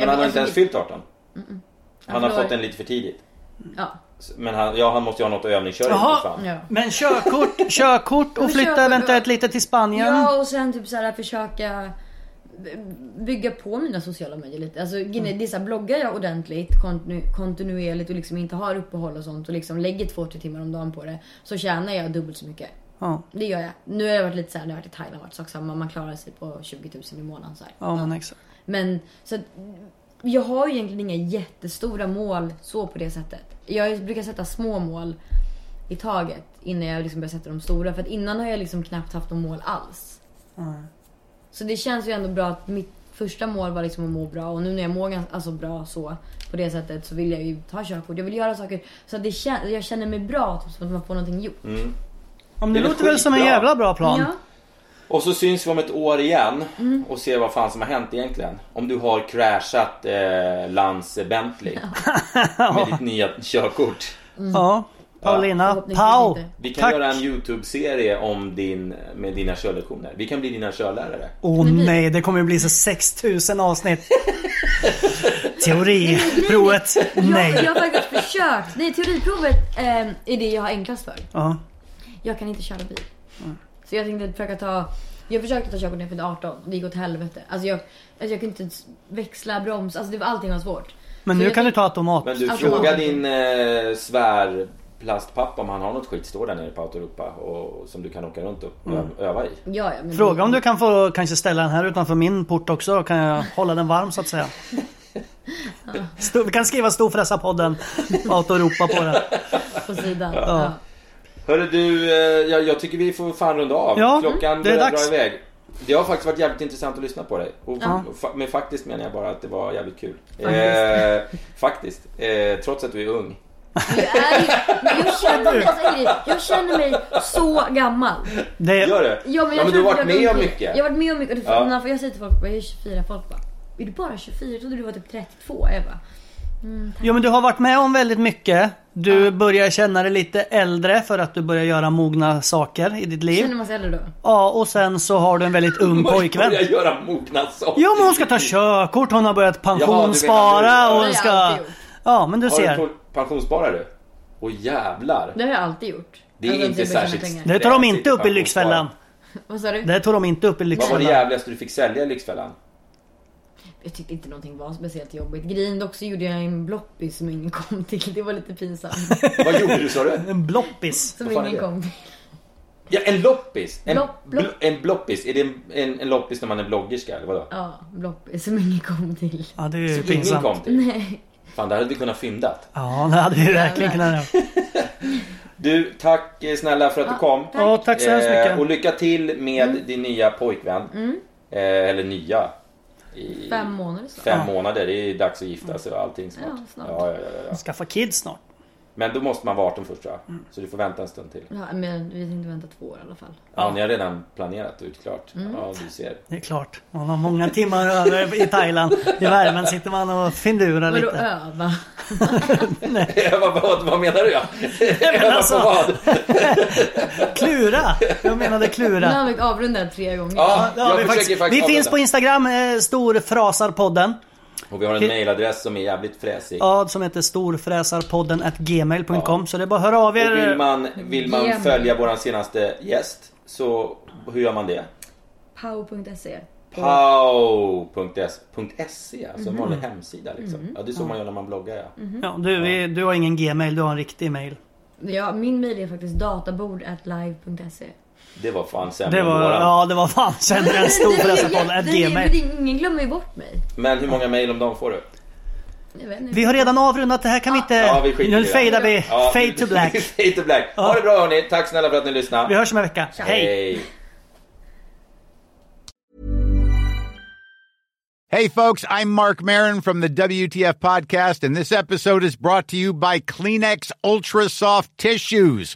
[SPEAKER 4] han har inte ens fyllt 18.
[SPEAKER 5] Mm-mm.
[SPEAKER 4] Han har
[SPEAKER 5] förlorar-
[SPEAKER 4] fått den lite för tidigt.
[SPEAKER 5] Ja.
[SPEAKER 4] Men han, ja, han måste ju ha något att övningsköra
[SPEAKER 1] Jaha.
[SPEAKER 4] för fan.
[SPEAKER 5] Ja.
[SPEAKER 1] Men
[SPEAKER 5] (laughs)
[SPEAKER 1] körkort, körkort och
[SPEAKER 5] Men
[SPEAKER 1] flytta
[SPEAKER 5] körkort-
[SPEAKER 1] eventuellt lite till Spanien.
[SPEAKER 5] Ja, och sen typ så här försöka bygga på mina sociala medier lite. Alltså grejen är, det är så här, bloggar jag ordentligt kontinu- kontinuerligt och liksom inte har uppehåll och sånt och liksom lägger två, tre timmar om dagen på det så tjänar jag dubbelt så mycket.
[SPEAKER 1] Ja.
[SPEAKER 5] Det gör jag. Nu har jag varit lite så här, nu har jag varit i Thailand varit sak samma. Man klarar sig på 20 000 i månaden så här.
[SPEAKER 1] Ja, men exakt.
[SPEAKER 5] Men så att, jag har ju egentligen inga jättestora mål så på det sättet. Jag brukar sätta små mål i taget innan jag liksom börjar sätta de stora. För att innan har jag liksom knappt haft några mål alls.
[SPEAKER 1] Mm.
[SPEAKER 5] Så det känns ju ändå bra att mitt första mål var liksom att må bra och nu när jag mår gans- alltså bra så på det sättet så vill jag ju ta körkort. Jag vill göra saker så att det kän- jag känner mig bra, typ, som att man får någonting gjort.
[SPEAKER 4] Mm.
[SPEAKER 1] Ja, men det,
[SPEAKER 4] Det är
[SPEAKER 1] låter väl som en
[SPEAKER 4] skitbra.
[SPEAKER 1] jävla bra plan.
[SPEAKER 5] Ja.
[SPEAKER 4] Och så syns vi om ett år igen och ser vad fan som har hänt egentligen. Om du har crashat eh, Lans Bentley (laughs) med ditt nya körkort.
[SPEAKER 1] Ja, Paulina.
[SPEAKER 4] Ja.
[SPEAKER 1] Pau!
[SPEAKER 4] Vi kan
[SPEAKER 1] Tack!
[SPEAKER 4] göra en YouTube-serie om din, med dina körlektioner. Vi kan bli dina körlärare.
[SPEAKER 1] Åh nej, det kommer ju bli så 6000 avsnitt. Teoriprovet.
[SPEAKER 5] Jag,
[SPEAKER 1] Nej.
[SPEAKER 5] jag har faktiskt försökt. Nej, teoriprovet eh, är det jag har enklast för.
[SPEAKER 1] Ja.
[SPEAKER 5] Jag kan inte köra bil.
[SPEAKER 1] Mm.
[SPEAKER 5] Så jag tänkte försöka ta... Jag försökte ta körkort när jag fyllde 18 och det gick åt helvete. Alltså jag, alltså jag kunde inte ens växla, broms, alltså det var, allting var svårt.
[SPEAKER 1] Men nu kan du ta automat.
[SPEAKER 4] Men du,
[SPEAKER 5] Alltså,
[SPEAKER 4] fråga
[SPEAKER 5] man-
[SPEAKER 4] din eh, svärplastpappa om han har något skit. Står där nere på Autoropa och, som du kan åka runt och ö-
[SPEAKER 1] Mm.
[SPEAKER 4] öva i.
[SPEAKER 5] Ja, ja, men
[SPEAKER 1] Fråga om du kan få kanske ställa den här utanför min port också. Kan jag hålla den varm så att säga.
[SPEAKER 5] Ja,
[SPEAKER 1] Stor, vi kan skriva Storfräsarpodden och autoropa på den.
[SPEAKER 5] på sidan.
[SPEAKER 4] Ja. Hörru du, eh, jag, jag tycker vi får fan runda av.
[SPEAKER 1] Ja,
[SPEAKER 4] Klockan
[SPEAKER 1] det är
[SPEAKER 4] börjar
[SPEAKER 1] dags.
[SPEAKER 4] dra iväg. Det har faktiskt varit jävligt intressant att lyssna på dig. Och,
[SPEAKER 1] Ja.
[SPEAKER 4] och fa- men faktiskt menar jag bara att det var jävligt kul.
[SPEAKER 5] Faktiskt.
[SPEAKER 4] Eh, faktiskt. Eh, trots att du är ung.
[SPEAKER 5] Jag känner, mig, alltså, Ingrid, jag känner mig så gammal.
[SPEAKER 4] Gör det?
[SPEAKER 5] Ja men, jag
[SPEAKER 4] ja, men du
[SPEAKER 5] tror
[SPEAKER 4] har
[SPEAKER 5] att
[SPEAKER 4] varit
[SPEAKER 5] jag
[SPEAKER 4] med om
[SPEAKER 5] går
[SPEAKER 4] mycket.
[SPEAKER 5] Jag har varit med om mycket. Och det,
[SPEAKER 4] Ja.
[SPEAKER 5] när jag säger till folk bara, jag är 24, folk bara är du bara 24? Jag trodde du var typ 32. Jag bara, mm, tack.
[SPEAKER 1] Jo men du har varit med om väldigt mycket. Du börjar känna dig lite äldre för att du börjar göra mogna saker i ditt liv.
[SPEAKER 5] Känner man sig äldre då?
[SPEAKER 1] Ja och sen så har du en väldigt
[SPEAKER 4] (laughs)
[SPEAKER 1] ung pojkvän.
[SPEAKER 4] Jag göra mogna saker.
[SPEAKER 1] Jo men hon ska ta körkort, hon har börjat
[SPEAKER 4] Jaha,
[SPEAKER 1] pensionsspara
[SPEAKER 4] du menar
[SPEAKER 1] och
[SPEAKER 5] Det
[SPEAKER 1] hon
[SPEAKER 4] du.
[SPEAKER 5] har jag
[SPEAKER 1] ska...
[SPEAKER 5] alltid gjort.
[SPEAKER 1] Ja men du
[SPEAKER 4] har du
[SPEAKER 1] ser.
[SPEAKER 4] pol- pensionssparar du? Åh jävlar.
[SPEAKER 5] Det har jag alltid gjort.
[SPEAKER 4] Det är
[SPEAKER 5] Alltså,
[SPEAKER 4] inte
[SPEAKER 5] typ jag tjänar
[SPEAKER 4] särskilt
[SPEAKER 5] pengar.
[SPEAKER 1] Det tar de inte upp i Lyxfällan.
[SPEAKER 5] Vad sa du?
[SPEAKER 1] Det tar de inte upp i
[SPEAKER 4] Vad var det
[SPEAKER 1] Lyxfällan.
[SPEAKER 4] jävligaste du fick sälja i Lyxfällan?
[SPEAKER 5] Jag tyckte inte någonting var speciellt jobbigt. Grind också gjorde jag en bloppis som ingen kom till. Det var lite pinsamt.
[SPEAKER 4] (laughs) Vad gjorde du sa du?
[SPEAKER 1] En bloppis.
[SPEAKER 5] Som
[SPEAKER 4] Vad fan är
[SPEAKER 5] ingen
[SPEAKER 4] det?
[SPEAKER 5] kom till.
[SPEAKER 4] Ja, en loppis. En,
[SPEAKER 5] Lopp- lopp.
[SPEAKER 4] bl- en bloppis. Är det en, en, en loppis när man är bloggerska eller vadå?
[SPEAKER 5] Ja, bloppis som ingen kom till.
[SPEAKER 1] Ja det är ju
[SPEAKER 4] Ingen
[SPEAKER 1] pinsamt.
[SPEAKER 4] kom till. Fan, det hade vi kunnat fyndat.
[SPEAKER 1] Ja det hade vi verkligen kunnat göra.
[SPEAKER 4] Du, tack eh, snälla för att du kom.
[SPEAKER 1] Ja tack så hemskt
[SPEAKER 4] Eh, och
[SPEAKER 1] mycket.
[SPEAKER 4] lycka till med din nya pojkvän. Eh, eller nya. I
[SPEAKER 5] Fem månader så.
[SPEAKER 4] fem månader. Det är dags att gifta sig och allting snart.
[SPEAKER 5] Ja, snart.
[SPEAKER 4] Ja, ja, ja, ja.
[SPEAKER 1] Skaffa kids snart.
[SPEAKER 4] Men då måste man vara 18 först tror
[SPEAKER 1] Mm.
[SPEAKER 4] jag. Så du får vänta en stund till.
[SPEAKER 5] Ja, men vi tänkte vänta två år i alla fall.
[SPEAKER 4] Ja, ni har redan planerat och utklart. Ja, du ser. (laughs)
[SPEAKER 1] Det är klart. Man har många timmar över i Thailand. I värmen sitter man och findurar
[SPEAKER 5] Vadå
[SPEAKER 1] lite.
[SPEAKER 5] öva?
[SPEAKER 4] vad, vad, vad menar du? Ja?
[SPEAKER 1] men alltså-
[SPEAKER 4] (laughs) Vad- vad?
[SPEAKER 1] Klura! Jag menade
[SPEAKER 5] Nu
[SPEAKER 1] klura.
[SPEAKER 5] har vi avrundat tre gånger.
[SPEAKER 4] Ja,
[SPEAKER 1] Ja,
[SPEAKER 4] jag
[SPEAKER 1] vi,
[SPEAKER 4] försöker
[SPEAKER 1] faktiskt,
[SPEAKER 4] faktiskt
[SPEAKER 1] vi finns
[SPEAKER 4] avvända.
[SPEAKER 1] på Instagram, eh, storfrasarpodden.
[SPEAKER 4] Och vi har en mailadress som är jävligt fräsig.
[SPEAKER 1] Ja, som heter storfräsarpodden at gmail.com. Så det är bara att höra av
[SPEAKER 4] Och vill
[SPEAKER 1] er.
[SPEAKER 4] man, vill man
[SPEAKER 5] Gem.
[SPEAKER 4] följa våran senaste gäst så hur gör man det?
[SPEAKER 5] Pow.se.
[SPEAKER 4] Pow.se, alltså
[SPEAKER 1] Mhm.
[SPEAKER 4] en vanlig hemsida liksom. Ja, det är så man gör när man bloggar ja.
[SPEAKER 1] Ja, du, vi, du har ingen gmail, du har en riktig mail.
[SPEAKER 5] Ja, min mejl är faktiskt databord.live.se.
[SPEAKER 4] Det var fan sämre
[SPEAKER 1] Det var,
[SPEAKER 4] än våran.
[SPEAKER 1] ja, det var fan sämre än storfräsarpodden
[SPEAKER 5] (laughs)
[SPEAKER 1] at gmail.
[SPEAKER 5] Ingen glömmer ju bort mig.
[SPEAKER 4] Men hur många mejl om dagen får du?
[SPEAKER 1] Eh,
[SPEAKER 5] Jag vet inte.
[SPEAKER 1] Vi har redan avrundat, det här kan vi inte...
[SPEAKER 4] Ja, vi skiter i
[SPEAKER 1] nu
[SPEAKER 4] det.
[SPEAKER 1] fejdar vi.
[SPEAKER 4] Ja,
[SPEAKER 1] Fade to
[SPEAKER 4] (laughs)
[SPEAKER 1] black.
[SPEAKER 4] Fade to black. Ha det bra hörni, tack snälla för att ni lyssnade.
[SPEAKER 1] Vi hörs om en vecka. Hej!
[SPEAKER 4] Hej.
[SPEAKER 6] Hey, folks, I'm Mark Marin from the WTF Podcast, and this episode is brought to you by Kleenex Ultra Soft Tissues,